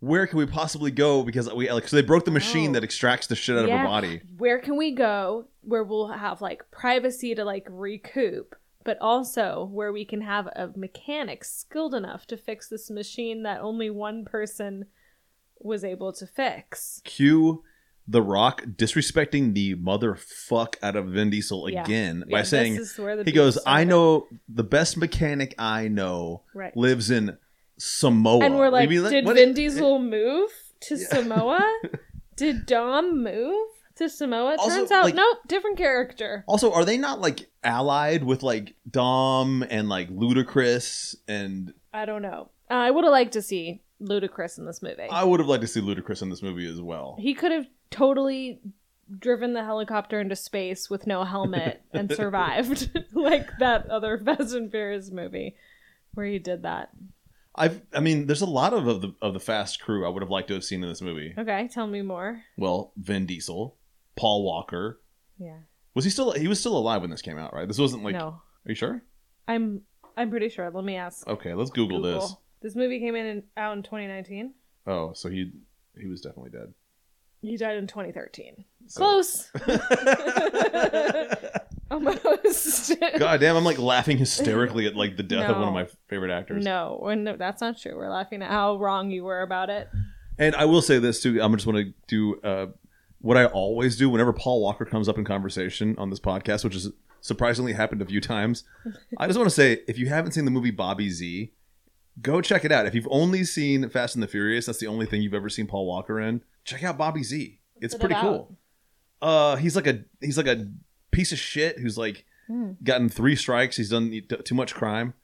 Speaker 1: "Where can we possibly go?" Because we like, so they broke the machine that extracts the shit out of
Speaker 2: Oh. Yeah.
Speaker 1: her body.
Speaker 2: Where can we go where we'll have like privacy to like recoup, but also where we can have a mechanic skilled enough to fix this machine that only one person was able to fix?
Speaker 1: Cue the Rock disrespecting the motherfuck out of Vin Diesel
Speaker 2: Yeah.
Speaker 1: again
Speaker 2: Yeah,
Speaker 1: by
Speaker 2: this
Speaker 1: saying
Speaker 2: is where the
Speaker 1: he goes,
Speaker 2: beef
Speaker 1: "I
Speaker 2: started."
Speaker 1: know the best mechanic I know
Speaker 2: Right.
Speaker 1: lives in." Samoa,
Speaker 2: And we're like,
Speaker 1: We'd be
Speaker 2: did
Speaker 1: "What-
Speaker 2: Vin Diesel move to Samoa? did Dom move to Samoa?
Speaker 1: Also,
Speaker 2: Turns out,
Speaker 1: like-
Speaker 2: nope, different character.
Speaker 1: Also, are they not like allied with like Dom and like Ludacris? And
Speaker 2: I don't know. Uh, I would have liked to see Ludacris in this movie.
Speaker 1: I would have liked to see Ludacris in this movie as well.
Speaker 2: he could have totally driven the helicopter into space with no helmet and survived, like that other Fast and Furious movie where he did that.
Speaker 1: I've, I mean, there's a lot of, of the of the Fast crew I would have liked to have seen in this movie.
Speaker 2: Okay, tell me more.
Speaker 1: Well, Vin Diesel, Paul Walker.
Speaker 2: Yeah.
Speaker 1: Was he still? He was still alive when this came out, right? This wasn't like.
Speaker 2: no,
Speaker 1: Are you sure?
Speaker 2: I'm I'm pretty sure. Let me ask.
Speaker 1: Okay, let's Google,
Speaker 2: Google.
Speaker 1: this.
Speaker 2: This movie came in, in out in 2019.
Speaker 1: Oh, so he he was definitely dead.
Speaker 2: He died in 2013. Close. Almost.
Speaker 1: God damn, I'm like laughing hysterically at like the death of one of
Speaker 2: No.
Speaker 1: my favorite actors.
Speaker 2: no, we're no, that's not true. We're laughing at how wrong you were about it.
Speaker 1: And I will say this too. I'm just want to do uh, what I always do whenever Paul Walker comes up in conversation on this podcast, which has surprisingly happened a few times. I just want to say, if you haven't seen the movie Bobby Z, go check it out. If you've only seen Fast and the Furious, that's the only thing you've ever seen Paul Walker in. Check out Bobby Z. it's
Speaker 2: it
Speaker 1: pretty
Speaker 2: about?
Speaker 1: cool. Uh, he's like a he's like a piece of shit who's like gotten three strikes. He's done t- too much crime,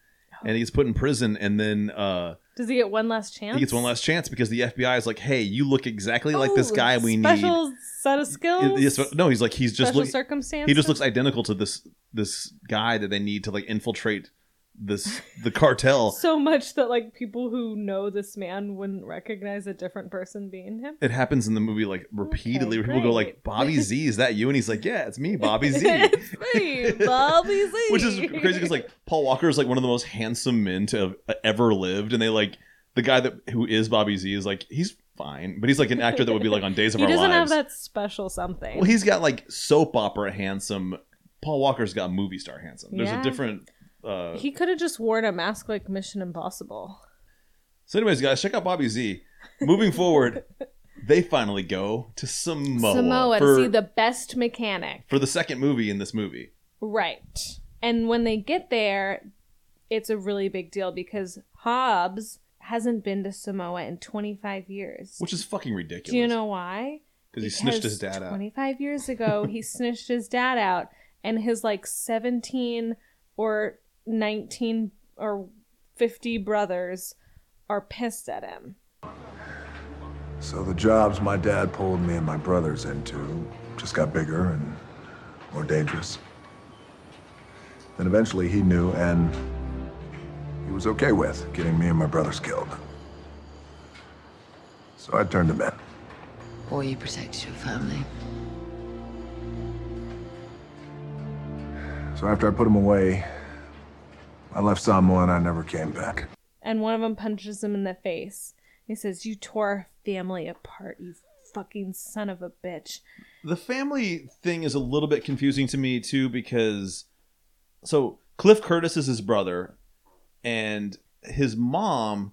Speaker 1: and he gets put in prison. And then uh,
Speaker 2: Does he get one last chance?
Speaker 1: he gets one last chance because the FBI is like, "Hey, you look exactly like this
Speaker 2: Ooh,
Speaker 1: guy we need."
Speaker 2: Oh, special set of skills.
Speaker 1: It- it's- no, he's like he's just
Speaker 2: special
Speaker 1: look,
Speaker 2: circumstances.
Speaker 1: he just looks identical to this this guy that they need to like infiltrate this the cartel.
Speaker 2: so much that like people who know this man wouldn't recognize a different person being him.
Speaker 1: It happens in the movie like repeatedly where
Speaker 2: Okay,
Speaker 1: people go
Speaker 2: great.
Speaker 1: like, "Bobby Z, is that you?" And he's like, "Yeah, it's me, Bobby Z."
Speaker 2: it's me, Bobby Z.
Speaker 1: Which is crazy because like Paul Walker is like one of the most handsome men to have uh, ever lived, and they like the guy that who is Bobby Z is like he's fine, but he's like an actor that would be like on Days of
Speaker 2: he
Speaker 1: Our
Speaker 2: doesn't
Speaker 1: Lives.
Speaker 2: have that special something.
Speaker 1: Well, he's got like soap opera handsome. Paul Walker's got movie star handsome. There's
Speaker 2: Yeah.
Speaker 1: a different. Uh...
Speaker 2: he could have just worn a mask like Mission Impossible.
Speaker 1: So, anyways, guys, check out Bobby Z. Moving forward, they finally go to Samoa,
Speaker 2: Samoa
Speaker 1: for,
Speaker 2: to see the best mechanic.
Speaker 1: for the second movie in this movie.
Speaker 2: Right. And when they get there, it's a really big deal because Hobbs hasn't been to Samoa in 25 years.
Speaker 1: Which is fucking ridiculous.
Speaker 2: Do you know why?
Speaker 1: Because he snitched his dad out.
Speaker 2: 25 years ago, he snitched his dad out, and his like 17 or 19 or 50 brothers are pissed at him.
Speaker 3: So the jobs my dad pulled me and my brothers into just got bigger and more dangerous. Then eventually he knew and he was okay with getting me and my brothers killed. So I turned him in.
Speaker 8: Or you protect your family.
Speaker 3: So after I put him away, I left Samoa and I never came back.
Speaker 2: And one of them punches him in the face. He says, You tore our family apart, you fucking son of a bitch.
Speaker 1: The family thing is a little bit confusing to me too because so Cliff Curtis is his brother and his mom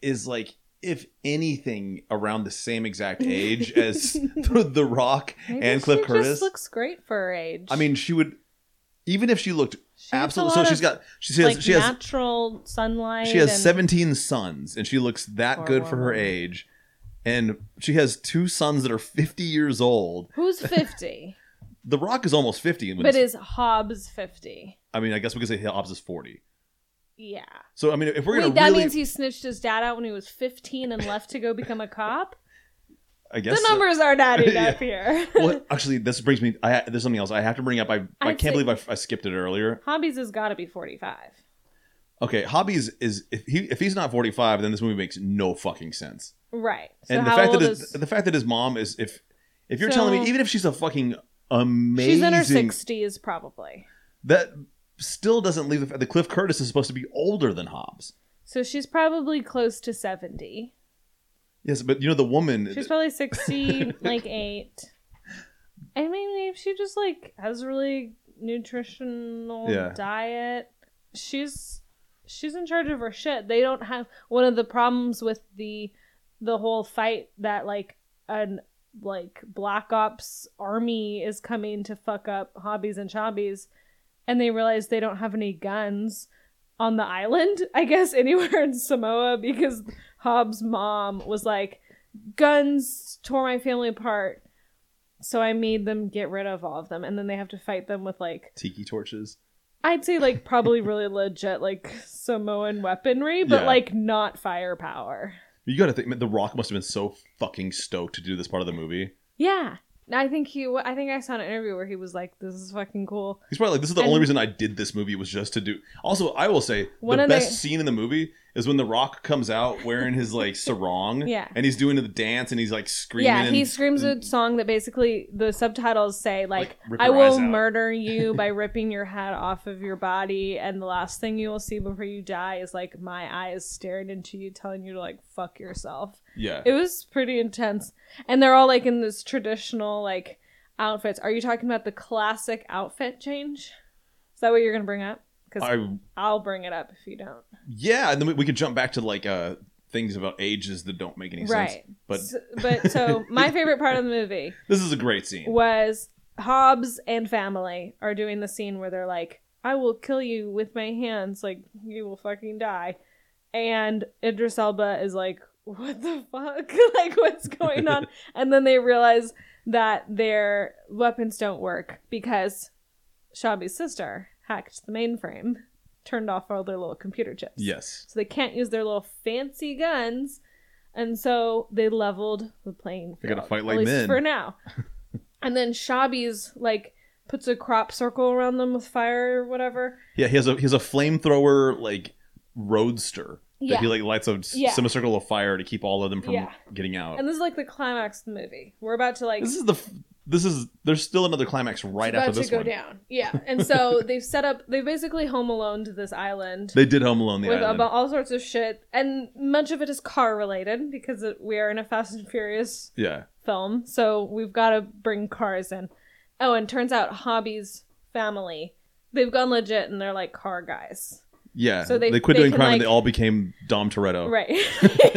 Speaker 1: is like if anything around the same exact age as the, the Rock
Speaker 2: Maybe
Speaker 1: and Cliff
Speaker 2: she
Speaker 1: Curtis.
Speaker 2: just looks great for her age.
Speaker 1: I mean, she would even if she looked
Speaker 2: a
Speaker 1: absolutely, so
Speaker 2: lot
Speaker 1: she's
Speaker 2: of,
Speaker 1: got she has
Speaker 2: like
Speaker 1: she has
Speaker 2: natural sunlight.
Speaker 1: she has
Speaker 2: and-
Speaker 1: 17 sons and she looks that
Speaker 2: Poor
Speaker 1: good for her
Speaker 2: woman.
Speaker 1: age and she has two sons that are 50 years old
Speaker 2: Who's fifty?
Speaker 1: the rock is almost 50 when
Speaker 2: but
Speaker 1: it's-
Speaker 2: is Hobbs fifty?
Speaker 1: i mean i guess we could say hobbs is 40
Speaker 2: Yeah.
Speaker 1: so i mean if we're
Speaker 2: Wait,
Speaker 1: gonna
Speaker 2: that
Speaker 1: really
Speaker 2: means he snitched his dad out when he was fifteen and left to go become a cop.
Speaker 1: i guess
Speaker 2: The
Speaker 1: so.
Speaker 2: numbers aren't adding
Speaker 1: Yeah.
Speaker 2: up here.
Speaker 1: well actually this brings me i there's something else i have to bring up i, I
Speaker 2: I'd
Speaker 1: can't
Speaker 2: say-
Speaker 1: believe I, I skipped it earlier
Speaker 2: Hobbies has got to be forty-five.
Speaker 1: okay hobbies is if he if he's not 45 then this movie makes no fucking sense
Speaker 2: Right. So
Speaker 1: and the
Speaker 2: how
Speaker 1: fact that
Speaker 2: old
Speaker 1: his,
Speaker 2: is
Speaker 1: the fact that his mom is if if you're telling me
Speaker 2: So-
Speaker 1: even if she's a fucking amazing
Speaker 2: she's in her sixties probably.
Speaker 1: that still doesn't leave the fact that Cliff Curtis is supposed to be older than Hobbs.
Speaker 2: So she's probably close to seventy.
Speaker 1: Yes, but you know the woman.
Speaker 2: She's probably sixty, like eight. I mean, if she just like has a really nutritional
Speaker 1: Yeah.
Speaker 2: diet, she's she's in charge of her shit. They don't have one of the problems with the the whole fight that like an like black ops army is coming to fuck up hobbies and chobbies and they realize they don't have any guns on the island i guess anywhere in samoa because hobbs mom was like guns tore my family apart so i made them get rid of all of them and then they have to fight them with like
Speaker 1: tiki torches.
Speaker 2: i'd say like probably really legit like samoan weaponry but
Speaker 1: Yeah.
Speaker 2: like not firepower
Speaker 1: You got to think The Rock must have been so fucking stoked to do this part of the movie.
Speaker 2: yeah i think he i think i saw an interview where he was like this is fucking cool
Speaker 1: He's probably like, "This is the
Speaker 2: And-
Speaker 1: only reason I did this movie was just to do." Also, I will say
Speaker 2: One
Speaker 1: the
Speaker 2: of the-
Speaker 1: best scene in the movie is when The Rock comes out wearing his like sarong,
Speaker 2: Yeah.
Speaker 1: and he's doing the dance and he's like screaming.
Speaker 2: Yeah, he
Speaker 1: and-
Speaker 2: screams a song that basically the subtitles say like,
Speaker 1: Like, rip
Speaker 2: "I
Speaker 1: your eyes
Speaker 2: will
Speaker 1: out."
Speaker 2: murder you by ripping your head off of your body, and the last thing you will see before you die is like my eyes staring into you, telling you to like fuck yourself."
Speaker 1: yeah,
Speaker 2: It was pretty intense, and they're all like in this traditional like outfits. Are you talking about the classic outfit change? Is that what you're gonna bring up? Because
Speaker 1: I
Speaker 2: I'll bring it up if you don't.
Speaker 1: yeah, and then we, we could jump back to like uh things about ages that don't make any sense.
Speaker 2: Right,
Speaker 1: But
Speaker 2: S- but so my favorite part of the movie.
Speaker 1: this is a great scene.
Speaker 2: was Hobbs and family are doing the scene where they're like, I will kill you with my hands, like, you will fucking die. And Idris Elba is like, what the fuck? like, what's going on? and then they realize that their weapons don't work because Shabi's sister hacked the mainframe, turned off all their little computer chips.
Speaker 1: Yes,
Speaker 2: So they can't use their little fancy guns. And so they leveled the playing field.
Speaker 1: They gotta fight
Speaker 2: at
Speaker 1: like
Speaker 2: least
Speaker 1: men.
Speaker 2: For now. and then Shabby's like puts a crop circle around them with fire or whatever.
Speaker 1: Yeah, he has a he has a flamethrower like roadster that
Speaker 2: Yeah.
Speaker 1: he like lights a s-
Speaker 2: Yeah.
Speaker 1: semicircle of fire to keep all of them from
Speaker 2: Yeah.
Speaker 1: getting out.
Speaker 2: And this is like the climax of the movie. We're about to like
Speaker 1: this is the f- this is there's still another climax right
Speaker 2: about
Speaker 1: after
Speaker 2: to
Speaker 1: this
Speaker 2: go
Speaker 1: one.
Speaker 2: down. Yeah. And so they've set up they've basically home alone to this island.
Speaker 1: They did Home Alone the
Speaker 2: with
Speaker 1: island.
Speaker 2: about all sorts of shit, and much of it is car related because it, we are in a Fast and Furious
Speaker 1: yeah,
Speaker 2: film, so we've got to bring cars in. Oh, and turns out Hobby's family, they've gone legit and they're like car guys.
Speaker 1: yeah.
Speaker 2: So
Speaker 1: they,
Speaker 2: they-
Speaker 1: quit
Speaker 2: they
Speaker 1: doing
Speaker 2: can,
Speaker 1: crime and
Speaker 2: like-
Speaker 1: they all became Dom Toretto.
Speaker 2: Right.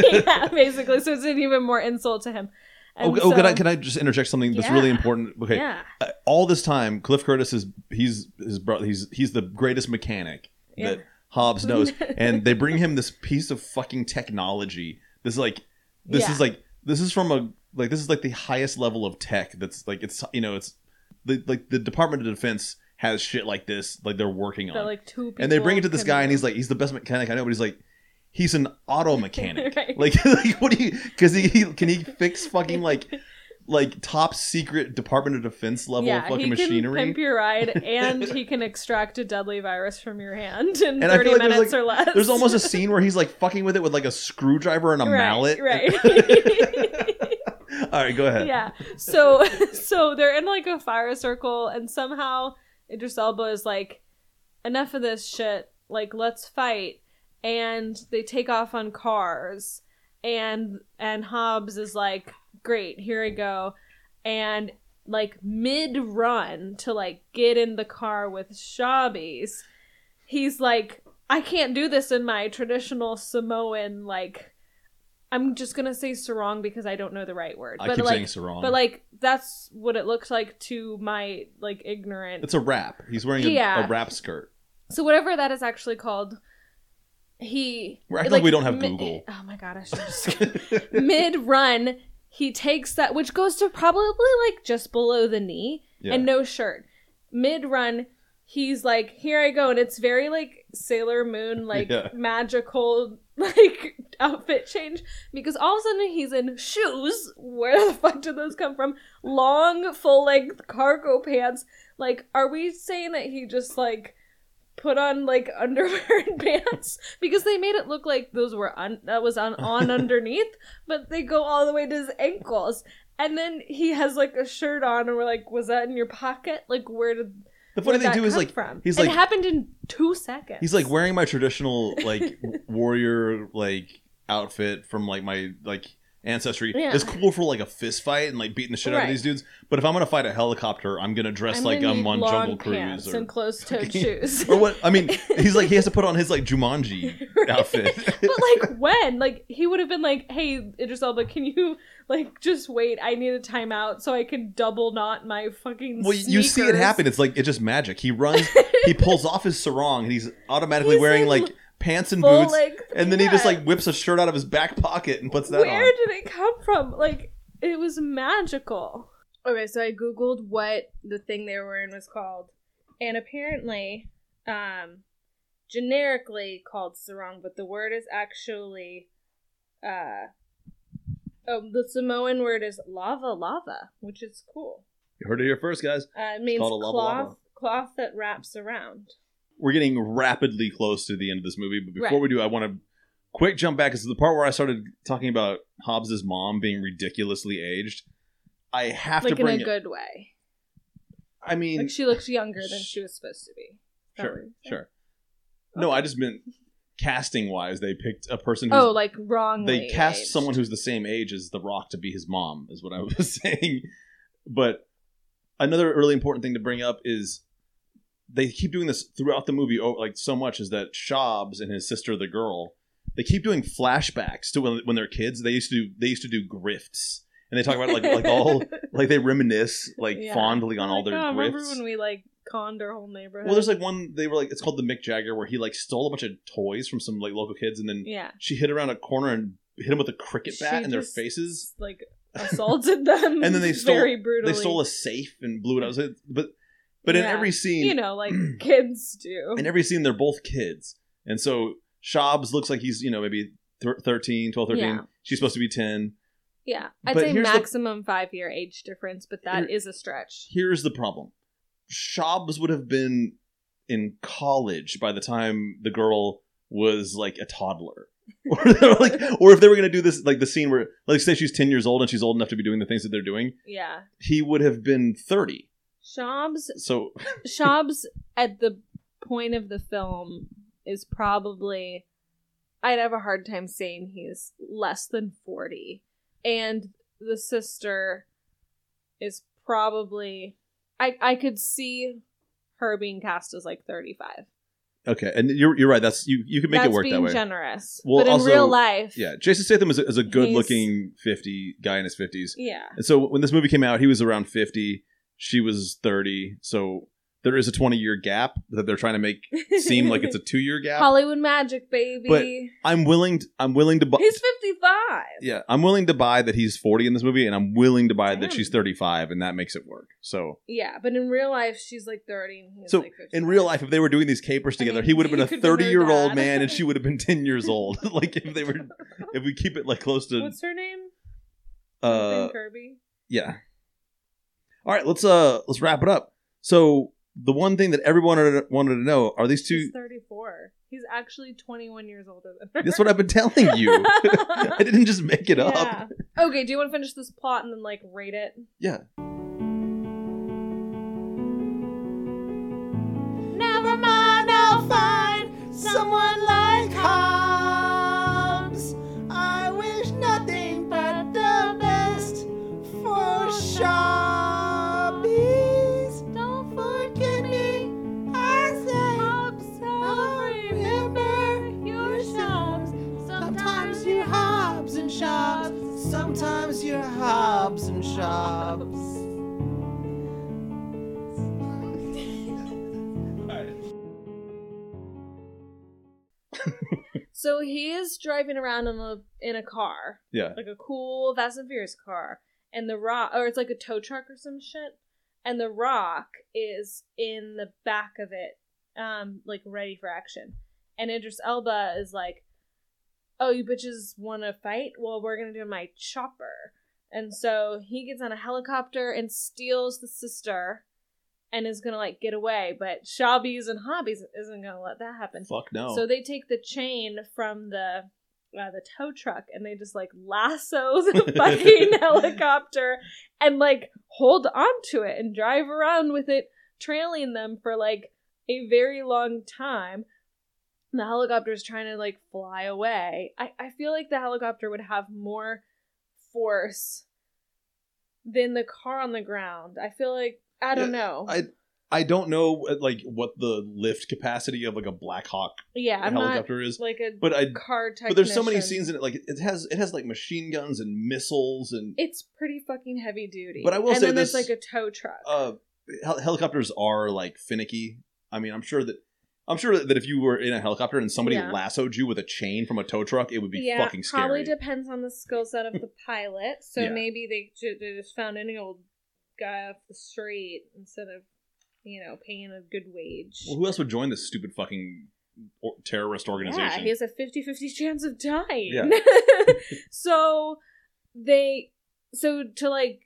Speaker 2: yeah, basically. So it's an even more insult to him.
Speaker 1: Oh,
Speaker 2: And
Speaker 1: oh, can
Speaker 2: so-
Speaker 1: I can I just interject something that's really
Speaker 2: Yeah.
Speaker 1: important? Okay,
Speaker 2: Yeah.
Speaker 1: Uh, all this time, Cliff Curtis is he's his brother. He's he's the greatest mechanic that
Speaker 2: Yeah.
Speaker 1: Hobbs knows, and they bring him this piece of fucking technology. This is like this
Speaker 2: Yeah.
Speaker 1: is like this is from a like this is like the highest level of tech. That's like it's you know it's the like the Department of Defense has shit like this like they're working
Speaker 2: That,
Speaker 1: on,
Speaker 2: like two people
Speaker 1: and they bring it to this
Speaker 2: can-
Speaker 1: guy, and he's like he's the best mechanic I know, but he's like. He's an auto mechanic.
Speaker 2: Right.
Speaker 1: like, like, what do you? Because he, he can he fix fucking like like top secret Department of Defense level
Speaker 2: yeah,
Speaker 1: fucking
Speaker 2: he
Speaker 1: machinery.
Speaker 2: can pimp your ride, and he can extract a deadly virus from your hand in
Speaker 1: and I
Speaker 2: thirty
Speaker 1: feel like
Speaker 2: minutes
Speaker 1: there's like,
Speaker 2: or less.
Speaker 1: there's almost a scene where he's like fucking with it with like a screwdriver and a
Speaker 2: right,
Speaker 1: mallet.
Speaker 2: right?
Speaker 1: All right, go ahead.
Speaker 2: yeah. So so they're in like a fire circle, and somehow Idris Elba is like, enough of this shit. Like, let's fight. And they take off on cars, and and Hobbs is like, great, here I go, and like mid run to like get in the car with Shabby's, he's like, I can't do this in my traditional Samoan like I'm just gonna say sarong because I don't know the right word.
Speaker 1: I
Speaker 2: but
Speaker 1: keep
Speaker 2: like,
Speaker 1: saying sarong.
Speaker 2: But like that's what it looks like to my like ignorant.
Speaker 1: It's a wrap. He's wearing a,
Speaker 2: Yeah.
Speaker 1: a wrap skirt.
Speaker 2: so whatever that is actually called, he.
Speaker 1: We're acting like we don't have Google.
Speaker 2: Oh my god! I should just mid run. He takes that, which goes to probably like just below the knee,
Speaker 1: Yeah.
Speaker 2: and no shirt. Mid run, he's like, "Here I go," and it's very like Sailor Moon, like
Speaker 1: Yeah.
Speaker 2: magical, like outfit change because all of a sudden he's in shoes. Where the fuck did those come from? Long, full length cargo pants. Like, are we saying that he just like put on like underwear and pants because they made it look like those were un- that was on on underneath, but they go all the way to his ankles. And then he has like a shirt on, and we're like, "Was that in your pocket? Like, where did?"
Speaker 1: The funny
Speaker 2: where'd
Speaker 1: thing
Speaker 2: that
Speaker 1: too is
Speaker 2: come
Speaker 1: like
Speaker 2: from?
Speaker 1: he's
Speaker 2: And
Speaker 1: like
Speaker 2: it happened in two seconds.
Speaker 1: he's like wearing my traditional like warrior like outfit from like my like ancestry.
Speaker 2: Yeah.
Speaker 1: It's cool for like a fist fight and like beating the shit out of
Speaker 2: Right.
Speaker 1: these dudes. But if I'm gonna fight a helicopter, I'm gonna dress
Speaker 2: I'm
Speaker 1: like
Speaker 2: gonna
Speaker 1: I'm
Speaker 2: need
Speaker 1: on
Speaker 2: long
Speaker 1: Jungle
Speaker 2: pants
Speaker 1: Cruise or,
Speaker 2: and closed-toed shoes.
Speaker 1: or what? I mean, he's like he has to put on his like Jumanji outfit.
Speaker 2: but like when like he would have been like hey idris elba can you like just wait i need a timeout so i can double knot my fucking
Speaker 1: Well, you see it
Speaker 2: sneakers."
Speaker 1: happen. It's like it's just magic. He runs, he pulls off his sarong, and he's automatically
Speaker 2: He's
Speaker 1: wearing
Speaker 2: in
Speaker 1: like pants and
Speaker 2: full
Speaker 1: boots.
Speaker 2: length-
Speaker 1: and then he just
Speaker 2: yeah.
Speaker 1: like whips a shirt out of his back pocket and puts that
Speaker 2: where
Speaker 1: on.
Speaker 2: did it come from like it was magical okay so i googled what the thing they were in was called and apparently um generically called sarong but the word is actually uh oh the samoan word is lava lava which is cool
Speaker 1: You heard it here first, guys.
Speaker 2: Uh, it means
Speaker 1: called a lava
Speaker 2: cloth,
Speaker 1: lava.
Speaker 2: cloth that wraps around.
Speaker 1: We're getting rapidly close to the end of this movie, but before
Speaker 2: Right.
Speaker 1: we do, I want to quick jump back. This is the part where I started talking about Hobbs's mom being ridiculously aged. I have to
Speaker 2: like in
Speaker 1: bring
Speaker 2: a
Speaker 1: it.
Speaker 2: good way.
Speaker 1: I mean,
Speaker 2: Like she looks younger than she was supposed to be.
Speaker 1: sure,
Speaker 2: Um,
Speaker 1: sure. No, I just meant casting wise, they picked a person who's
Speaker 2: Oh, like wrongly.
Speaker 1: they cast
Speaker 2: aged.
Speaker 1: someone who's the same age as The Rock to be his mom, is what I was saying. But another really important thing to bring up is they keep doing this throughout the movie, oh, like so much, is that Shobbs and his sister, the girl, they keep doing flashbacks to when, when they're kids. They used to do they used to do grifts, and they talk about like like all like they reminisse like
Speaker 2: Yeah.
Speaker 1: fondly on
Speaker 2: Oh my
Speaker 1: all their
Speaker 2: God,
Speaker 1: grifts.
Speaker 2: Remember when we like conned our whole neighborhood?
Speaker 1: well, there's like one they were like it's called the Mick Jagger where he like stole a bunch of toys from some like local kids and then
Speaker 2: yeah,
Speaker 1: she hit around a corner and hit him with a cricket
Speaker 2: She
Speaker 1: bat in their
Speaker 2: just-
Speaker 1: faces.
Speaker 2: like assaulted them,
Speaker 1: And then they stole-
Speaker 2: very brutally.
Speaker 1: They stole a safe and blew it out. So- But but in
Speaker 2: Yeah.
Speaker 1: every scene,
Speaker 2: you know, like kids do.
Speaker 1: in every scene, they're both kids, and so Shobbs looks like he's you know maybe thir 13, 12, 13.
Speaker 2: Yeah.
Speaker 1: She's supposed to be ten.
Speaker 2: yeah, I'd
Speaker 1: but
Speaker 2: say
Speaker 1: here's the-
Speaker 2: maximum five year age difference, but that is
Speaker 1: Here-
Speaker 2: a stretch.
Speaker 1: Here's the problem: Shobbs would have been in college by the time the girl was like a toddler. or, they were like, or if they were going to do this, like the scene where, like, say she's 10 years old and she's old enough to be doing the things that they're doing,
Speaker 2: Yeah,
Speaker 1: he would have been 30.
Speaker 2: Shobbs
Speaker 1: So
Speaker 2: Shobbs at the point of the film is probably I'd have a hard time saying he's less than 40 and the sister is probably I I could see her being cast as like 35.
Speaker 1: Okay, and you're you're right. That's you you can make
Speaker 2: That's
Speaker 1: it work
Speaker 2: being
Speaker 1: that way.
Speaker 2: generous.
Speaker 1: Well,
Speaker 2: but in
Speaker 1: also-
Speaker 2: real life,
Speaker 1: yeah, Jason Statham is a, is a good
Speaker 2: He's-
Speaker 1: looking fifty guy in his fifties.
Speaker 2: Yeah.
Speaker 1: And so when this movie came out, he was around fifty. She was thirty. So there is a twenty year gap that they're trying to make seem like it's a two year gap.
Speaker 2: Hollywood magic, baby.
Speaker 1: But- I'm willing. To, I'm willing to buy.
Speaker 2: he's 55.
Speaker 1: Yeah, I'm willing to buy that he's forty in this movie, and I'm willing to buy that
Speaker 2: Damn.
Speaker 1: she's thirty five, and that makes it work. So.
Speaker 2: Yeah, but in real life she's like 30 and he's
Speaker 1: So
Speaker 2: like 55.
Speaker 1: in real life, if they were doing these capers
Speaker 2: I mean,
Speaker 1: together, he would have been
Speaker 2: he
Speaker 1: a
Speaker 2: could be really
Speaker 1: thirty-year-old
Speaker 2: bad.
Speaker 1: man, and she would have been ten years old. like if they were, if we keep it like close to
Speaker 2: What's her name?
Speaker 1: uh,
Speaker 2: Something Kirby.
Speaker 1: yeah all right let's uh let's wrap it up so the one thing that everyone wanted wanted to know are these two
Speaker 2: He's 34. He's actually 21 years older than her.
Speaker 1: that's what i've been telling you i didn't just make it up
Speaker 2: Yeah. Okay, do you want to finish this plot and then like rate it?
Speaker 1: yeah
Speaker 4: Never mind, I'll find someone like Hobbs. I wish nothing but the best for Shabby's. Don't forget me. I say, Hobbs, remember your Shabs. Sometimes you Hobbs and Shabs.
Speaker 2: So he is driving around in a in a car,
Speaker 1: Yeah.
Speaker 2: like a cool Fast and Furious car, and the rock, or it's like a tow truck or some shit, and the rock is in the back of it, um, like ready for action, and Idris Elba is like, "Oh, you bitches want to fight? Well, we're gonna do my chopper," and so he gets on a helicopter and steals the sister. And is gonna like get away, but Shabby's and Hobbies isn't gonna let that happen.
Speaker 1: Fuck no.
Speaker 2: So they take the chain from the uh, the tow truck and they just like lasso the fucking helicopter and like hold onto it and drive around with it, trailing them for like a very long time. The helicopter is trying to like fly away. I, I feel like the helicopter would have more force than the car on the ground. I feel like I don't
Speaker 1: Yeah,
Speaker 2: know.
Speaker 1: I I don't know uh, like what the lift capacity of like a Black Hawk
Speaker 2: yeah, I'm not
Speaker 1: helicopter is,
Speaker 2: like a
Speaker 1: but I
Speaker 2: car type.
Speaker 1: but there's so many scenes in it like it has it has like machine guns and missiles and
Speaker 2: It's pretty fucking heavy duty.
Speaker 1: But I will
Speaker 2: and
Speaker 1: say
Speaker 2: then there's
Speaker 1: this-
Speaker 2: like a tow truck.
Speaker 1: uh hel- helicopters are like finicky. I mean, I'm sure that I'm sure that if you were in a helicopter and somebody
Speaker 2: Yeah.
Speaker 1: lassoed you with a chain from a tow truck, it would be
Speaker 2: yeah,
Speaker 1: fucking
Speaker 2: probably
Speaker 1: scary.
Speaker 2: depends on the skill set of the pilot. So
Speaker 1: Yeah.
Speaker 2: maybe they, ju- they just found any old guy off the street instead of you know paying a good wage.
Speaker 1: well, who else would join this stupid fucking or- terrorist
Speaker 2: yeah,
Speaker 1: organization?
Speaker 2: he has a 50-50 chance of dying.
Speaker 1: Yeah.
Speaker 2: so they so to like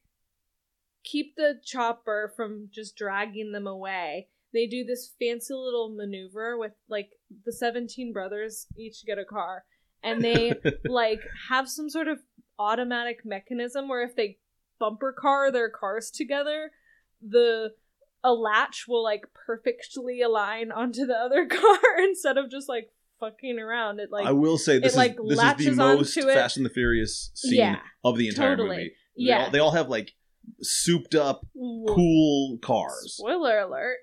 Speaker 2: keep the chopper from just dragging them away they do this fancy little maneuver with like the 17 brothers each get a car and they like have some sort of automatic mechanism where if they bumper car their cars together the a latch will like perfectly align onto the other car instead of just like fucking around it like
Speaker 1: I will say
Speaker 2: it,
Speaker 1: this
Speaker 2: like,
Speaker 1: is this is the
Speaker 2: latches
Speaker 1: most
Speaker 2: onto it.
Speaker 1: Fast and the Furious scene
Speaker 2: Yeah,
Speaker 1: of the entire
Speaker 2: totally.
Speaker 1: movie. They
Speaker 2: Yeah.
Speaker 1: all, they all have like souped up
Speaker 2: Whoa.
Speaker 1: cool cars.
Speaker 2: Spoiler alert.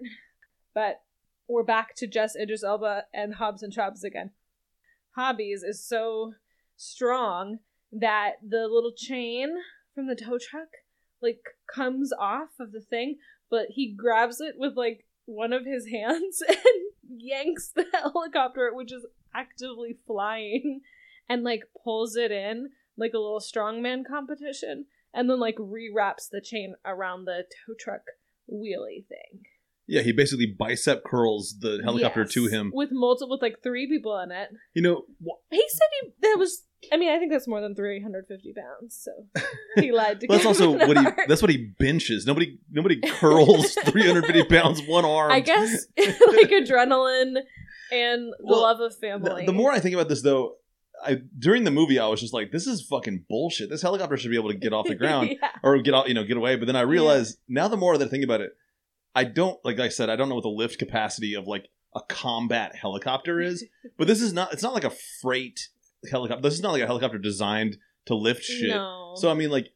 Speaker 2: But we're back to just Idris Elba and Hobbs and Chobbs again. Hobbies is so strong that the little chain from the tow truck like comes off of the thing, but he grabs it with like one of his hands and yanks the helicopter, which is actively flying, and like pulls it in like a little strongman competition, and then like rewraps the chain around the tow truck wheelie thing.
Speaker 1: Yeah, he basically bicep curls the helicopter
Speaker 2: Yes.
Speaker 1: to him.
Speaker 2: with multiple, with like three people in it.
Speaker 1: You know, wh-
Speaker 2: He said he that was. I mean, I think that's more than three hundred fifty pounds. So he lied to.
Speaker 1: that's
Speaker 2: Kevin
Speaker 1: also what he
Speaker 2: Hart.
Speaker 1: that's what he benches. Nobody nobody curls 350 pounds one arm.
Speaker 2: I guess like adrenaline and the
Speaker 1: Well,
Speaker 2: love of
Speaker 1: The,
Speaker 2: family.
Speaker 1: the more I think about this though, I during the movie I was just like this is fucking bullshit. This helicopter should be able to get off the ground
Speaker 2: yeah.
Speaker 1: or get out, you know, get away, but then I realized now the more that I think about it, I don't like I said I don't know what the lift capacity of like a combat helicopter is, but this is not it's not like a freight helicopter. This is not like a helicopter designed to lift shit.
Speaker 2: No.
Speaker 1: So I mean, like,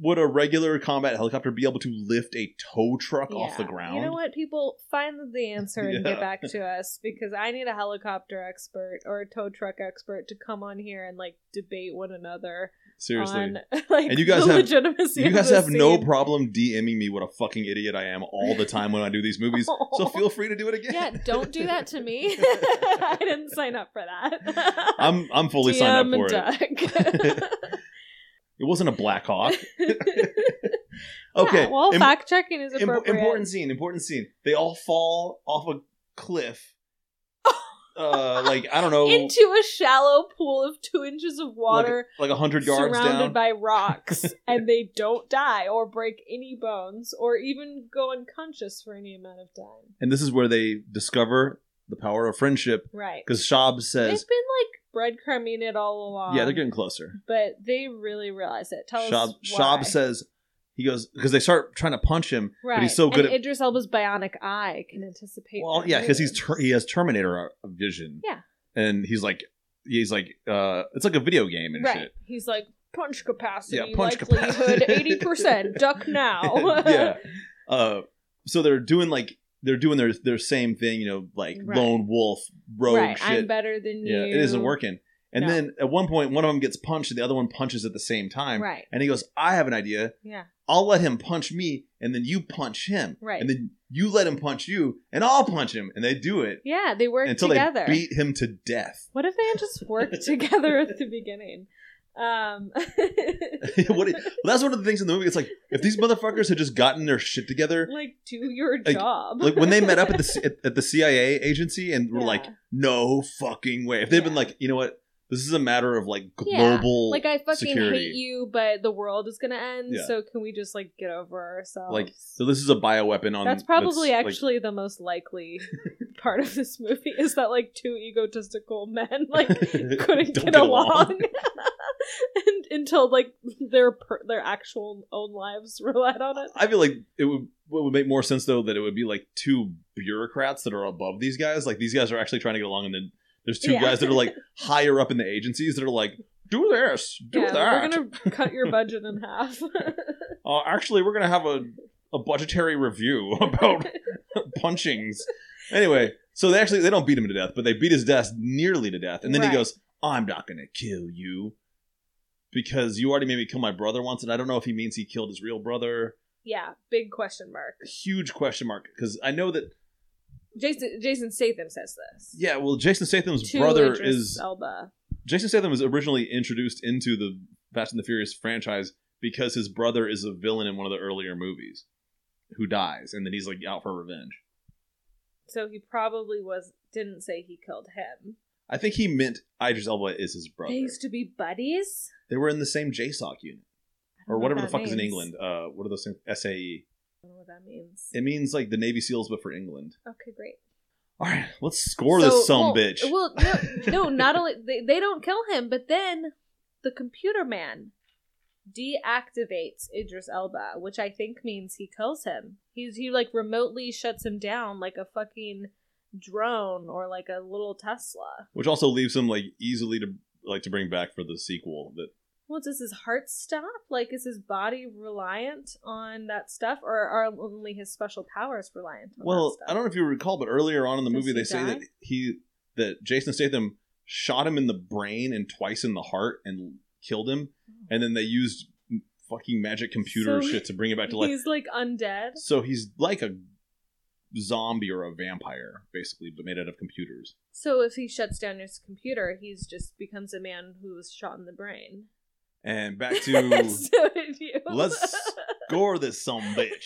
Speaker 1: would a regular combat helicopter be able to lift a tow truck off the
Speaker 2: Yeah.
Speaker 1: ground?
Speaker 2: You know what, people find the answer and
Speaker 1: Yeah.
Speaker 2: get back to us because I need a helicopter expert or a tow truck expert to come on here and like debate one another
Speaker 1: Seriously,
Speaker 2: on like
Speaker 1: And you guys
Speaker 2: the
Speaker 1: have-
Speaker 2: legitimacy.
Speaker 1: you
Speaker 2: of
Speaker 1: guys
Speaker 2: the
Speaker 1: have no
Speaker 2: scene.
Speaker 1: problem DMing me what a fucking idiot I am all the time when I do these movies. So feel free to do it again.
Speaker 2: Yeah, don't do that to me. I didn't sign up for that.
Speaker 1: I'm I'm fully signed up for it.
Speaker 2: Doug.
Speaker 1: It wasn't a Black Hawk. Okay.
Speaker 2: Yeah, well,
Speaker 1: im-
Speaker 2: fact checking is
Speaker 1: im-
Speaker 2: appropriate.
Speaker 1: important scene. Important scene. They all fall off a cliff. uh, like I don't know,
Speaker 2: Into a shallow pool of two inches of
Speaker 1: like-
Speaker 2: water
Speaker 1: like a hundred yards
Speaker 2: surrounded
Speaker 1: down.
Speaker 2: by rocks, and they don't die or break any bones or even go unconscious for any amount of time.
Speaker 1: and this is where they discover the power of friendship
Speaker 2: Right.
Speaker 1: because Shab
Speaker 2: They've
Speaker 1: says,
Speaker 2: been like breadcrumbing it all along.
Speaker 1: "Yeah, they're getting closer."
Speaker 2: But they really realize it. Tell us.
Speaker 1: Shab,
Speaker 2: why.
Speaker 1: Shab says he goes because they start trying to punch him,
Speaker 2: Right.
Speaker 1: but he's so good
Speaker 2: and
Speaker 1: at
Speaker 2: Idris Elba's bionic eye can anticipate.
Speaker 1: well,
Speaker 2: their
Speaker 1: yeah, because he's
Speaker 2: moves.
Speaker 1: ter- he has Terminator uh, vision,
Speaker 2: Yeah.
Speaker 1: and he's like he's like uh, it's like a video game and
Speaker 2: right.
Speaker 1: shit,
Speaker 2: He's like punch capacity,
Speaker 1: Yeah, punch
Speaker 2: likelihood
Speaker 1: capacity.
Speaker 2: eighty percent. Duck now.
Speaker 1: yeah. Uh, so they're doing like they're doing their their same thing, you know, like
Speaker 2: Right.
Speaker 1: lone wolf rogue
Speaker 2: right.
Speaker 1: shit.
Speaker 2: I'm better than
Speaker 1: yeah,
Speaker 2: you.
Speaker 1: it isn't working. And
Speaker 2: No.
Speaker 1: then at one point, one of them gets punched, and the other one punches at the same time.
Speaker 2: Right.
Speaker 1: And he goes, "I have an idea.
Speaker 2: Yeah.
Speaker 1: I'll let him punch me, and then you punch him.
Speaker 2: Right.
Speaker 1: And then You let him punch you, and I'll punch him. And they do it
Speaker 2: Yeah, they work
Speaker 1: until
Speaker 2: together.
Speaker 1: they beat him to death.
Speaker 2: What if they had just worked together at the beginning? Um,
Speaker 1: what it- well, that's one of the things in the movie. It's like if these motherfuckers had just gotten their shit together,
Speaker 2: like do your
Speaker 1: Like-
Speaker 2: job.
Speaker 1: like when they met up at the C- at, at the CIA agency and were
Speaker 2: Yeah.
Speaker 1: like, "No fucking way!" If they had been
Speaker 2: Yeah.
Speaker 1: like, you know what, this is a matter of like
Speaker 2: Yeah.
Speaker 1: global,
Speaker 2: like I fucking
Speaker 1: security.
Speaker 2: hate you, but the world is gonna end.
Speaker 1: Yeah.
Speaker 2: So can we just like get over ourselves?
Speaker 1: like so this is a bioweapon on
Speaker 2: that's probably
Speaker 1: Um, like-
Speaker 2: actually the most likely part of this movie is that like two egotistical men like couldn't
Speaker 1: Don't
Speaker 2: get,
Speaker 1: get
Speaker 2: along,
Speaker 1: along.
Speaker 2: and, until like their per- their actual own lives relied on it.
Speaker 1: I feel like it would what would make more sense though that it would be like two bureaucrats that are above these guys. Like these guys are actually trying to get along, and then there's two
Speaker 2: Yeah.
Speaker 1: guys that are like higher up in the agencies that are like, "Do this, do
Speaker 2: yeah,
Speaker 1: that."
Speaker 2: we're gonna cut your budget in half.
Speaker 1: Uh, actually, we're gonna have a a budgetary review about punchings. Anyway, so they actually they don't beat him to death, but they beat his death nearly to death, and then
Speaker 2: Right.
Speaker 1: he goes, "I'm not gonna kill you." Because you already made me kill my brother once, and I don't know if he means he killed his real brother.
Speaker 2: yeah, big question mark.
Speaker 1: Huge question mark. Because I know that
Speaker 2: Jason Jason Statham says this.
Speaker 1: Yeah, well, Jason Statham's
Speaker 2: To
Speaker 1: brother
Speaker 2: Idris
Speaker 1: is
Speaker 2: Elba.
Speaker 1: Jason Statham was originally introduced into the Fast and the Furious franchise because his brother is a villain in one of the earlier movies who dies, and then he's like out for revenge.
Speaker 2: So he probably was didn't say he killed him.
Speaker 1: I think he meant Idris Elba is his brother.
Speaker 2: They used to be buddies.
Speaker 1: They were in the same JSOC unit
Speaker 2: I don't
Speaker 1: or
Speaker 2: know
Speaker 1: whatever the
Speaker 2: what
Speaker 1: fuck
Speaker 2: that
Speaker 1: is in
Speaker 2: means.
Speaker 1: England. Uh, what are those things? SAE.
Speaker 2: I don't know what that means.
Speaker 1: It means like the Navy SEAls, but for England.
Speaker 2: okay, great.
Speaker 1: All right, let's score
Speaker 2: So-
Speaker 1: this some
Speaker 2: well-
Speaker 1: bitch.
Speaker 2: Well, no, no, not only they, they don't kill him, but then the computer man deactivates Idris Elba, which I think means he kills him. He's he like remotely shuts him down like a fucking drone or like a little Tesla.
Speaker 1: Which also leaves him like easily to like to bring back for the sequel that
Speaker 2: Well, does his heart stop? Like, is his body reliant on that stuff, or are only his special powers reliant on
Speaker 1: Well,
Speaker 2: that stuff?
Speaker 1: I don't know if you recall, but earlier on in the
Speaker 2: Does
Speaker 1: movie,
Speaker 2: he
Speaker 1: they say
Speaker 2: die?
Speaker 1: that he that Jason Statham shot him in the brain and twice in the heart and killed him, and then they used fucking magic computer
Speaker 2: Oh. So
Speaker 1: shit to bring it back to life.
Speaker 2: He's like undead.
Speaker 1: So he's like a zombie or a vampire, basically, but made out of computers.
Speaker 2: So if he shuts down his computer, he's just becomes a man who was shot in the brain.
Speaker 1: And back to
Speaker 2: so did you.
Speaker 1: let's gore this some bitch.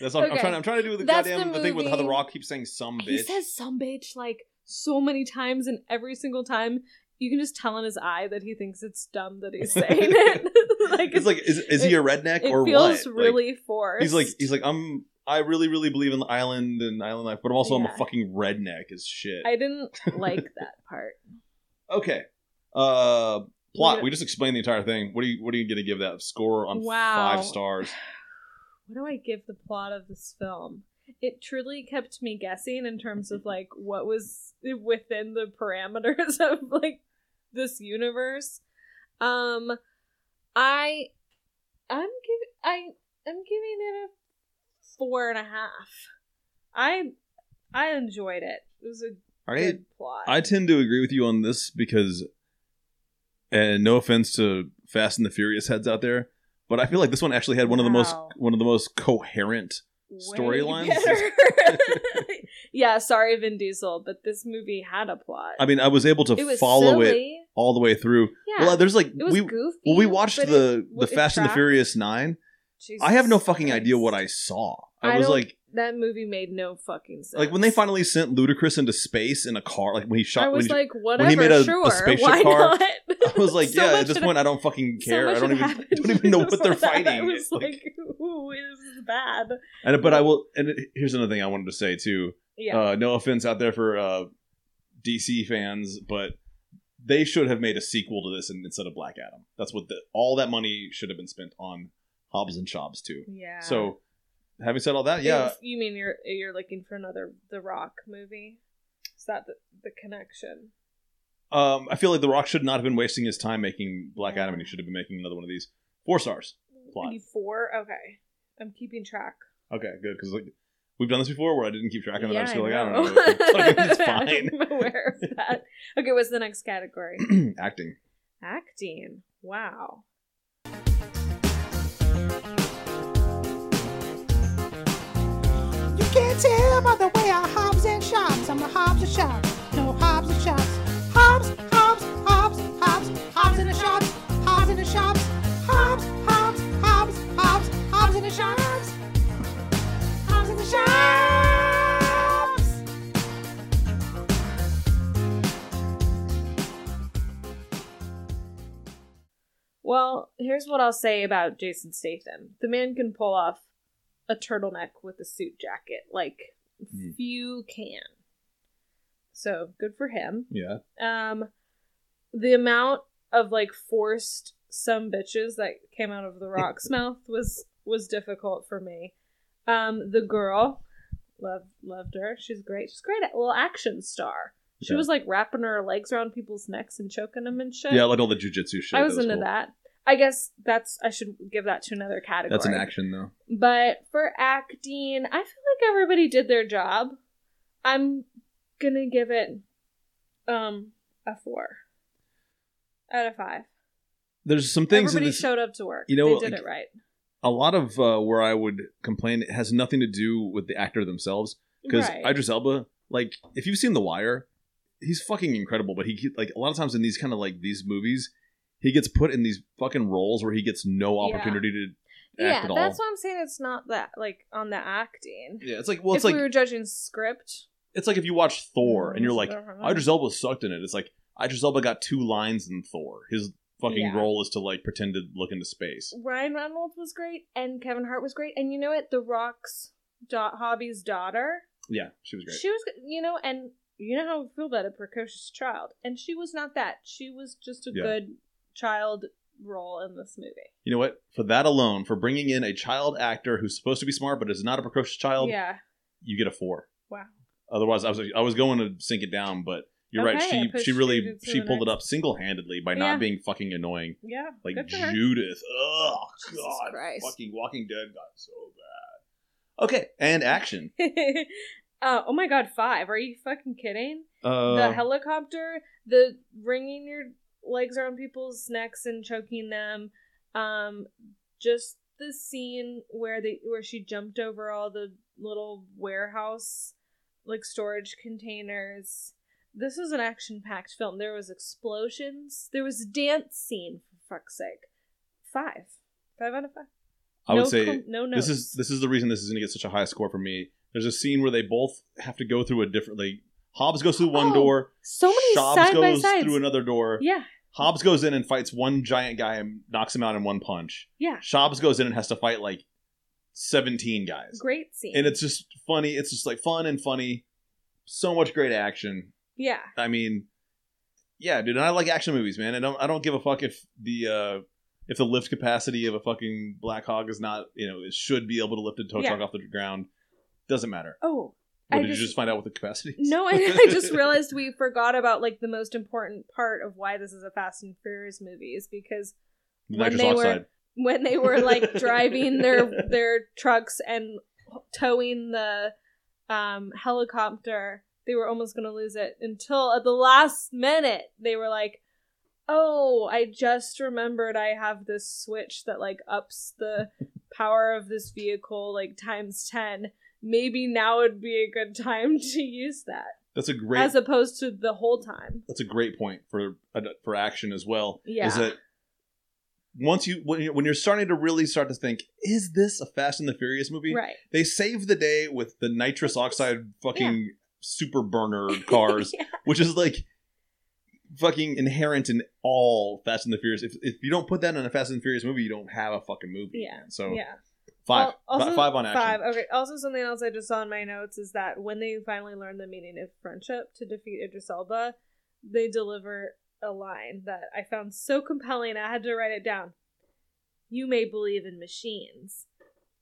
Speaker 1: That's what I'm- I'm
Speaker 2: Okay.
Speaker 1: trying. I'm trying to do the
Speaker 2: That's
Speaker 1: goddamn
Speaker 2: the
Speaker 1: thing with how the
Speaker 2: movie.
Speaker 1: Rock keeps saying some bitch.
Speaker 2: He says some bitch like so many times, and every single time you can just tell in his eye that he thinks it's dumb that he's saying it. like
Speaker 1: it's like, is, is he a redneck
Speaker 2: it
Speaker 1: or
Speaker 2: feels
Speaker 1: what? Like,
Speaker 2: really forced.
Speaker 1: He's like he's like I'm I really really believe in the island and island life, but also I'm a
Speaker 2: Yeah.
Speaker 1: fucking redneck as shit.
Speaker 2: I didn't like that part.
Speaker 1: okay. Uh plot.
Speaker 2: Yeah.
Speaker 1: We just explained the entire thing. What are you what are you going to give that score on
Speaker 2: Wow.
Speaker 1: 5 stars?
Speaker 2: What do I give the plot of this film? It truly kept me guessing in terms of like what was within the parameters of like this universe. Um I I'm giving I I'm giving it a four and a half. I I enjoyed it. It was a
Speaker 1: All right.
Speaker 2: good plot.
Speaker 1: I tend to agree with you on this because and no offense to Fast and the Furious heads out there, but I feel like this one actually had one of the most
Speaker 2: Wow.
Speaker 1: one of the most coherent
Speaker 2: Way
Speaker 1: storylines.
Speaker 2: better. yeah, sorry Vin Diesel, but this movie had a plot.
Speaker 1: I mean, I was able to
Speaker 2: it was
Speaker 1: follow it
Speaker 2: silly.
Speaker 1: all the way through.
Speaker 2: Yeah.
Speaker 1: Well, there's like
Speaker 2: It was
Speaker 1: we
Speaker 2: goofy.
Speaker 1: well, we watched
Speaker 2: but
Speaker 1: the
Speaker 2: it-
Speaker 1: the
Speaker 2: it
Speaker 1: Fast and the
Speaker 2: tracked.
Speaker 1: Furious 9.
Speaker 2: Jesus
Speaker 1: I have no fucking
Speaker 2: Christ.
Speaker 1: idea what I saw. I,
Speaker 2: I
Speaker 1: was
Speaker 2: don't-
Speaker 1: like,
Speaker 2: That movie made no fucking sense.
Speaker 1: like when they finally sent Ludacris into space in a car, like when he shot,
Speaker 2: I was
Speaker 1: when he-
Speaker 2: like, whatever,
Speaker 1: when he made a- a
Speaker 2: sure,
Speaker 1: spaceship
Speaker 2: why
Speaker 1: car,
Speaker 2: not?
Speaker 1: I was like,
Speaker 2: So
Speaker 1: yeah.
Speaker 2: much
Speaker 1: At this
Speaker 2: had-
Speaker 1: point, I don't fucking
Speaker 2: so
Speaker 1: care.
Speaker 2: much
Speaker 1: I don't
Speaker 2: had
Speaker 1: even, I
Speaker 2: happened
Speaker 1: don't even know what they're
Speaker 2: before that.
Speaker 1: fighting.
Speaker 2: I was
Speaker 1: It's
Speaker 2: like,
Speaker 1: like-
Speaker 2: ooh, this is bad.
Speaker 1: and but I will. And it- here's another thing I wanted to say too.
Speaker 2: Yeah,
Speaker 1: Uh, no offense out there for uh, DC fans, but they should have made a sequel to this and, instead of Black Adam. That's what the, all that money should have been spent on Hobbs and Shobbs too.
Speaker 2: yeah.
Speaker 1: So, having said all that, yeah,
Speaker 2: It's- you mean you're you're looking for another The Rock movie? Is that the, the connection?
Speaker 1: Um, I feel like The Rock should not have been wasting his time making Black Adam, and he should have been making another one of these. Four stars. Plot.
Speaker 2: Maybe Four? Okay, I'm keeping track.
Speaker 1: Okay, good because like we've done this before where I didn't keep track of it. I was
Speaker 2: I
Speaker 1: like, I
Speaker 2: know.
Speaker 1: don't know. It's fucking-
Speaker 2: I'm aware of that. Okay, what's the next category?
Speaker 1: it's fine. Acting.
Speaker 2: Acting. Wow.
Speaker 4: You can't can tell by the way I hobs and shops. I'm a hobs and shops. No hobs and shops. Hobs, hobs, hobs, hobs, hobs in the shops. Hobs in the shops. Hobs, hobs, hobs, hobs, hobs in the shops. Hobs in the shops.
Speaker 2: Well, here's what I'll say about Jason Statham. The man can pull off a turtleneck with a suit jacket. Like,
Speaker 1: Hmm.
Speaker 2: few can. So, good for him.
Speaker 1: Yeah.
Speaker 2: Um, the amount of, like, forced some bitches that came out of The Rock's mouth was was difficult for me. Um, the girl, loved, loved her. She's great. She's great at little action star. She
Speaker 1: Yeah.
Speaker 2: was, like, wrapping her legs around people's necks and choking them and shit.
Speaker 1: Yeah, like all the jujitsu shit.
Speaker 2: I was,
Speaker 1: That
Speaker 2: into
Speaker 1: cool.
Speaker 2: that. I guess that's I should give that to another category.
Speaker 1: That's an action though.
Speaker 2: But for acting, I feel like everybody did their job. I'm gonna give it um a four out of five.
Speaker 1: There's some things in
Speaker 2: everybody
Speaker 1: this.
Speaker 2: showed up to work.
Speaker 1: you know,
Speaker 2: they did
Speaker 1: like-
Speaker 2: it right.
Speaker 1: a lot of uh, where I would complain it has nothing to do with the actor themselves because
Speaker 2: Right.
Speaker 1: Idris Elba, like if you've seen The Wire, he's fucking incredible. But he like a lot of times in these kind of like these movies, he gets put in these fucking roles where he gets no
Speaker 2: Yeah.
Speaker 1: opportunity to act
Speaker 2: yeah,
Speaker 1: at all.
Speaker 2: that's why I'm saying it's not that like on the acting.
Speaker 1: yeah, it's like well,
Speaker 2: if
Speaker 1: it's like
Speaker 2: we were judging script,
Speaker 1: it's like if you watch Thor and you're like
Speaker 2: Mhm.
Speaker 1: Idris Elba sucked in it. It's like Idris Elba got two lines in Thor. His fucking
Speaker 2: Yeah.
Speaker 1: role is to like pretend to look into space.
Speaker 2: Ryan Reynolds was great and Kevin Hart was great, and you know what? The Rock's da- hobby's daughter.
Speaker 1: Yeah, she was great.
Speaker 2: She was, you know, and you know how I feel about a precocious child, and she was not that. She was just a
Speaker 1: Yeah.
Speaker 2: good child role in this movie.
Speaker 1: You know what? For that alone, for bringing in a child actor who's supposed to be smart but is not a precocious child,
Speaker 2: yeah.
Speaker 1: you get a four.
Speaker 2: Wow.
Speaker 1: Otherwise, I was I was going to sink it down, but you're
Speaker 2: Okay, I
Speaker 1: right. She
Speaker 2: pushed
Speaker 1: she
Speaker 2: you
Speaker 1: really
Speaker 2: to
Speaker 1: she
Speaker 2: the
Speaker 1: pulled it
Speaker 2: next-
Speaker 1: up single handedly by
Speaker 2: Yeah.
Speaker 1: not being fucking annoying
Speaker 2: Yeah.
Speaker 1: like
Speaker 2: good for her.
Speaker 1: Judith. Oh
Speaker 2: Jesus
Speaker 1: God,
Speaker 2: Christ.
Speaker 1: fucking Walking Dead got so bad. Okay, and action.
Speaker 2: uh, oh my God, five? Are you fucking kidding?
Speaker 1: Uh,
Speaker 2: the helicopter, the wringing your legs around people's necks and choking them, um, just the scene where they where she jumped over all the little warehouse like storage containers. This was an action packed film. There was explosions. There was a dance scene. For fuck's sake, five, five out of five.
Speaker 1: I would
Speaker 2: no
Speaker 1: say
Speaker 2: com- no
Speaker 1: this
Speaker 2: notes.
Speaker 1: is this is the reason this is going to get such a high score from me. There's a scene where they both have to go through a different. Like Hobbs goes through one
Speaker 2: Oh,
Speaker 1: door.
Speaker 2: so many
Speaker 1: Shobbs
Speaker 2: side by
Speaker 1: goes
Speaker 2: sides.
Speaker 1: through another door.
Speaker 2: yeah,
Speaker 1: Hobbs goes in and fights one giant guy and knocks him out in one punch.
Speaker 2: yeah,
Speaker 1: Shobbs goes in and has to fight like 17 guys.
Speaker 2: great scene.
Speaker 1: And it's just funny. It's just like fun and funny. So much great action.
Speaker 2: yeah,
Speaker 1: I mean, yeah, dude, and I like action movies, man. I don't I don't give a fuck if the uh if the lift capacity of a fucking Black Hog is not, you know, it should be able to lift a tow
Speaker 2: Yeah.
Speaker 1: truck off the ground. Doesn't matter.
Speaker 2: oh,
Speaker 1: What
Speaker 2: I
Speaker 1: did
Speaker 2: just-
Speaker 1: you just find out what the capacity is?
Speaker 2: No, I, I just realized we forgot about like the most important part of why this is a Fast and Furious movie is because when
Speaker 1: Nitrous
Speaker 2: they were-
Speaker 1: oxide.
Speaker 2: when they were like driving their their trucks and towing the um, helicopter, they were almost going to lose it until at the last minute they were like, "Oh, I just remembered I have this switch that like ups the power of this vehicle like times ten. Maybe now would be a good time to use that."
Speaker 1: That's a great
Speaker 2: as opposed to the whole time.
Speaker 1: that's a great point for uh, for action as well.
Speaker 2: Yeah.
Speaker 1: Is that once you when you're, when you're starting to really start to think, is this a Fast and the Furious movie?
Speaker 2: Right.
Speaker 1: They save the day with the nitrous oxide fucking super burner cars,
Speaker 2: Yeah.
Speaker 1: which is like fucking inherent in all Fast and the Furious. If if you don't put that in a Fast and the Furious movie, you don't have a fucking movie.
Speaker 2: Yeah.
Speaker 1: man. So
Speaker 2: yeah.
Speaker 1: Oh, five,
Speaker 2: Al-
Speaker 1: Fi- five on action.
Speaker 2: Five. Okay. Also, something else I just saw in my notes is that when they finally learn the meaning of friendship to defeat Idris Elba, they deliver a line that I found so compelling I had to write it down. You may believe in machines,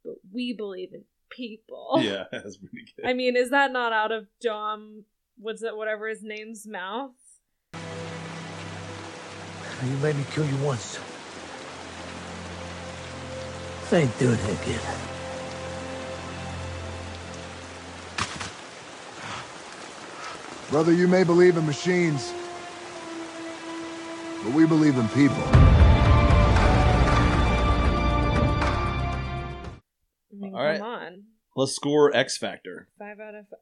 Speaker 2: but we believe in people.
Speaker 1: Yeah, that's pretty good.
Speaker 2: I mean, is that not out of Dom? What's it? Whatever his name's mouth.
Speaker 5: You made me kill you once. I ain't doing it again.
Speaker 3: Brother, you may believe in machines, but we believe in people.
Speaker 2: I mean,
Speaker 1: All
Speaker 2: come
Speaker 1: right.
Speaker 2: on.
Speaker 1: Let's score X Factor.
Speaker 2: Five out of. oh,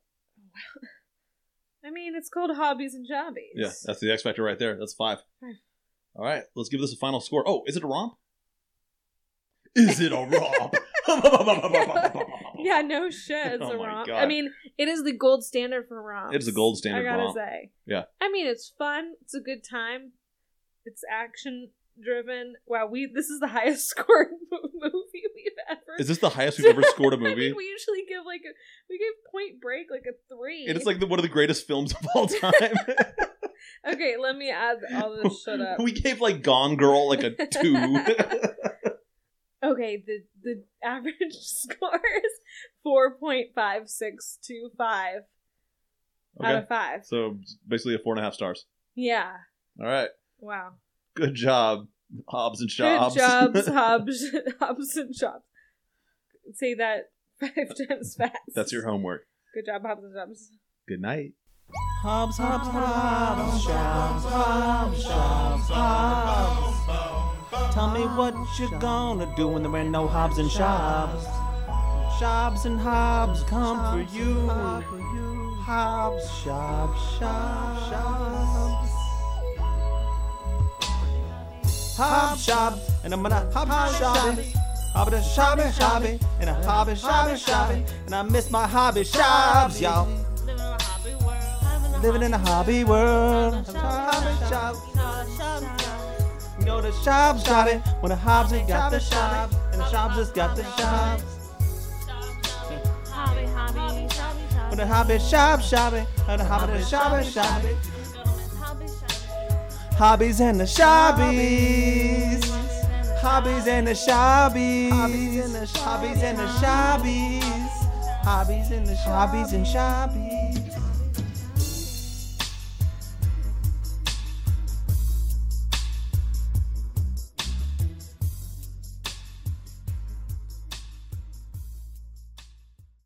Speaker 2: I mean, it's called hobbies and jobbies.
Speaker 1: Yeah, that's the X Factor right there. That's five.
Speaker 2: Five.
Speaker 1: All right, let's give this a final score. Oh, is it a romp? Is it a romp?
Speaker 2: yeah, no shit. It's
Speaker 1: Oh
Speaker 2: a
Speaker 1: my
Speaker 2: romp.
Speaker 1: God.
Speaker 2: I mean, it is the gold standard for romps.
Speaker 1: It is the gold standard
Speaker 2: I gotta
Speaker 1: romp.
Speaker 2: say.
Speaker 1: Yeah.
Speaker 2: I mean, it's fun. It's a good time. It's action driven. Wow, we this is the highest scored movie we've ever.
Speaker 1: Is this the highest we've ever scored a
Speaker 2: I mean,
Speaker 1: movie?
Speaker 2: we usually give like a we give Point Break like a three.
Speaker 1: It is like the, one of the greatest films of all time.
Speaker 2: okay, let me add all this shit up.
Speaker 1: we gave like Gone Girl like a two.
Speaker 2: Okay, the the average score is four point five six two five out
Speaker 1: okay,
Speaker 2: of five.
Speaker 1: so basically a four and a half stars.
Speaker 2: Yeah.
Speaker 1: All right,
Speaker 2: Wow.
Speaker 1: good job, Hobbs and Shobbs.
Speaker 2: Good jobs, Hobbs, Hobbs and Shops. Say that five times fast.
Speaker 1: That's your homework.
Speaker 2: Good job, Hobbs and Shops.
Speaker 1: Good night.
Speaker 4: Hobbs, Hobbs, Hobbs, Shops, Tell me what you're gonna do when there ain't no Hobbs and Shops. Shops and Hobbs come for you. Hobbs, Shops, Shops. Hob shop, and I'm gonna hob shop. Hobby shop, hobby, and a hobby shop, shopping, and I miss my hobby shops, y'all. Living in a hobby world. Hobby shop. You know the shops got it. When the Hobbs has got the shop, and the shops has got the shops. When the hobby shop shopping, and the hobby shop shopping. Hobbies and the shoppies. Hobbies and the shoppies. Hobbies and the shoppies. Hobbies and the shoppies. Hobbies and the shoppies and shoppies.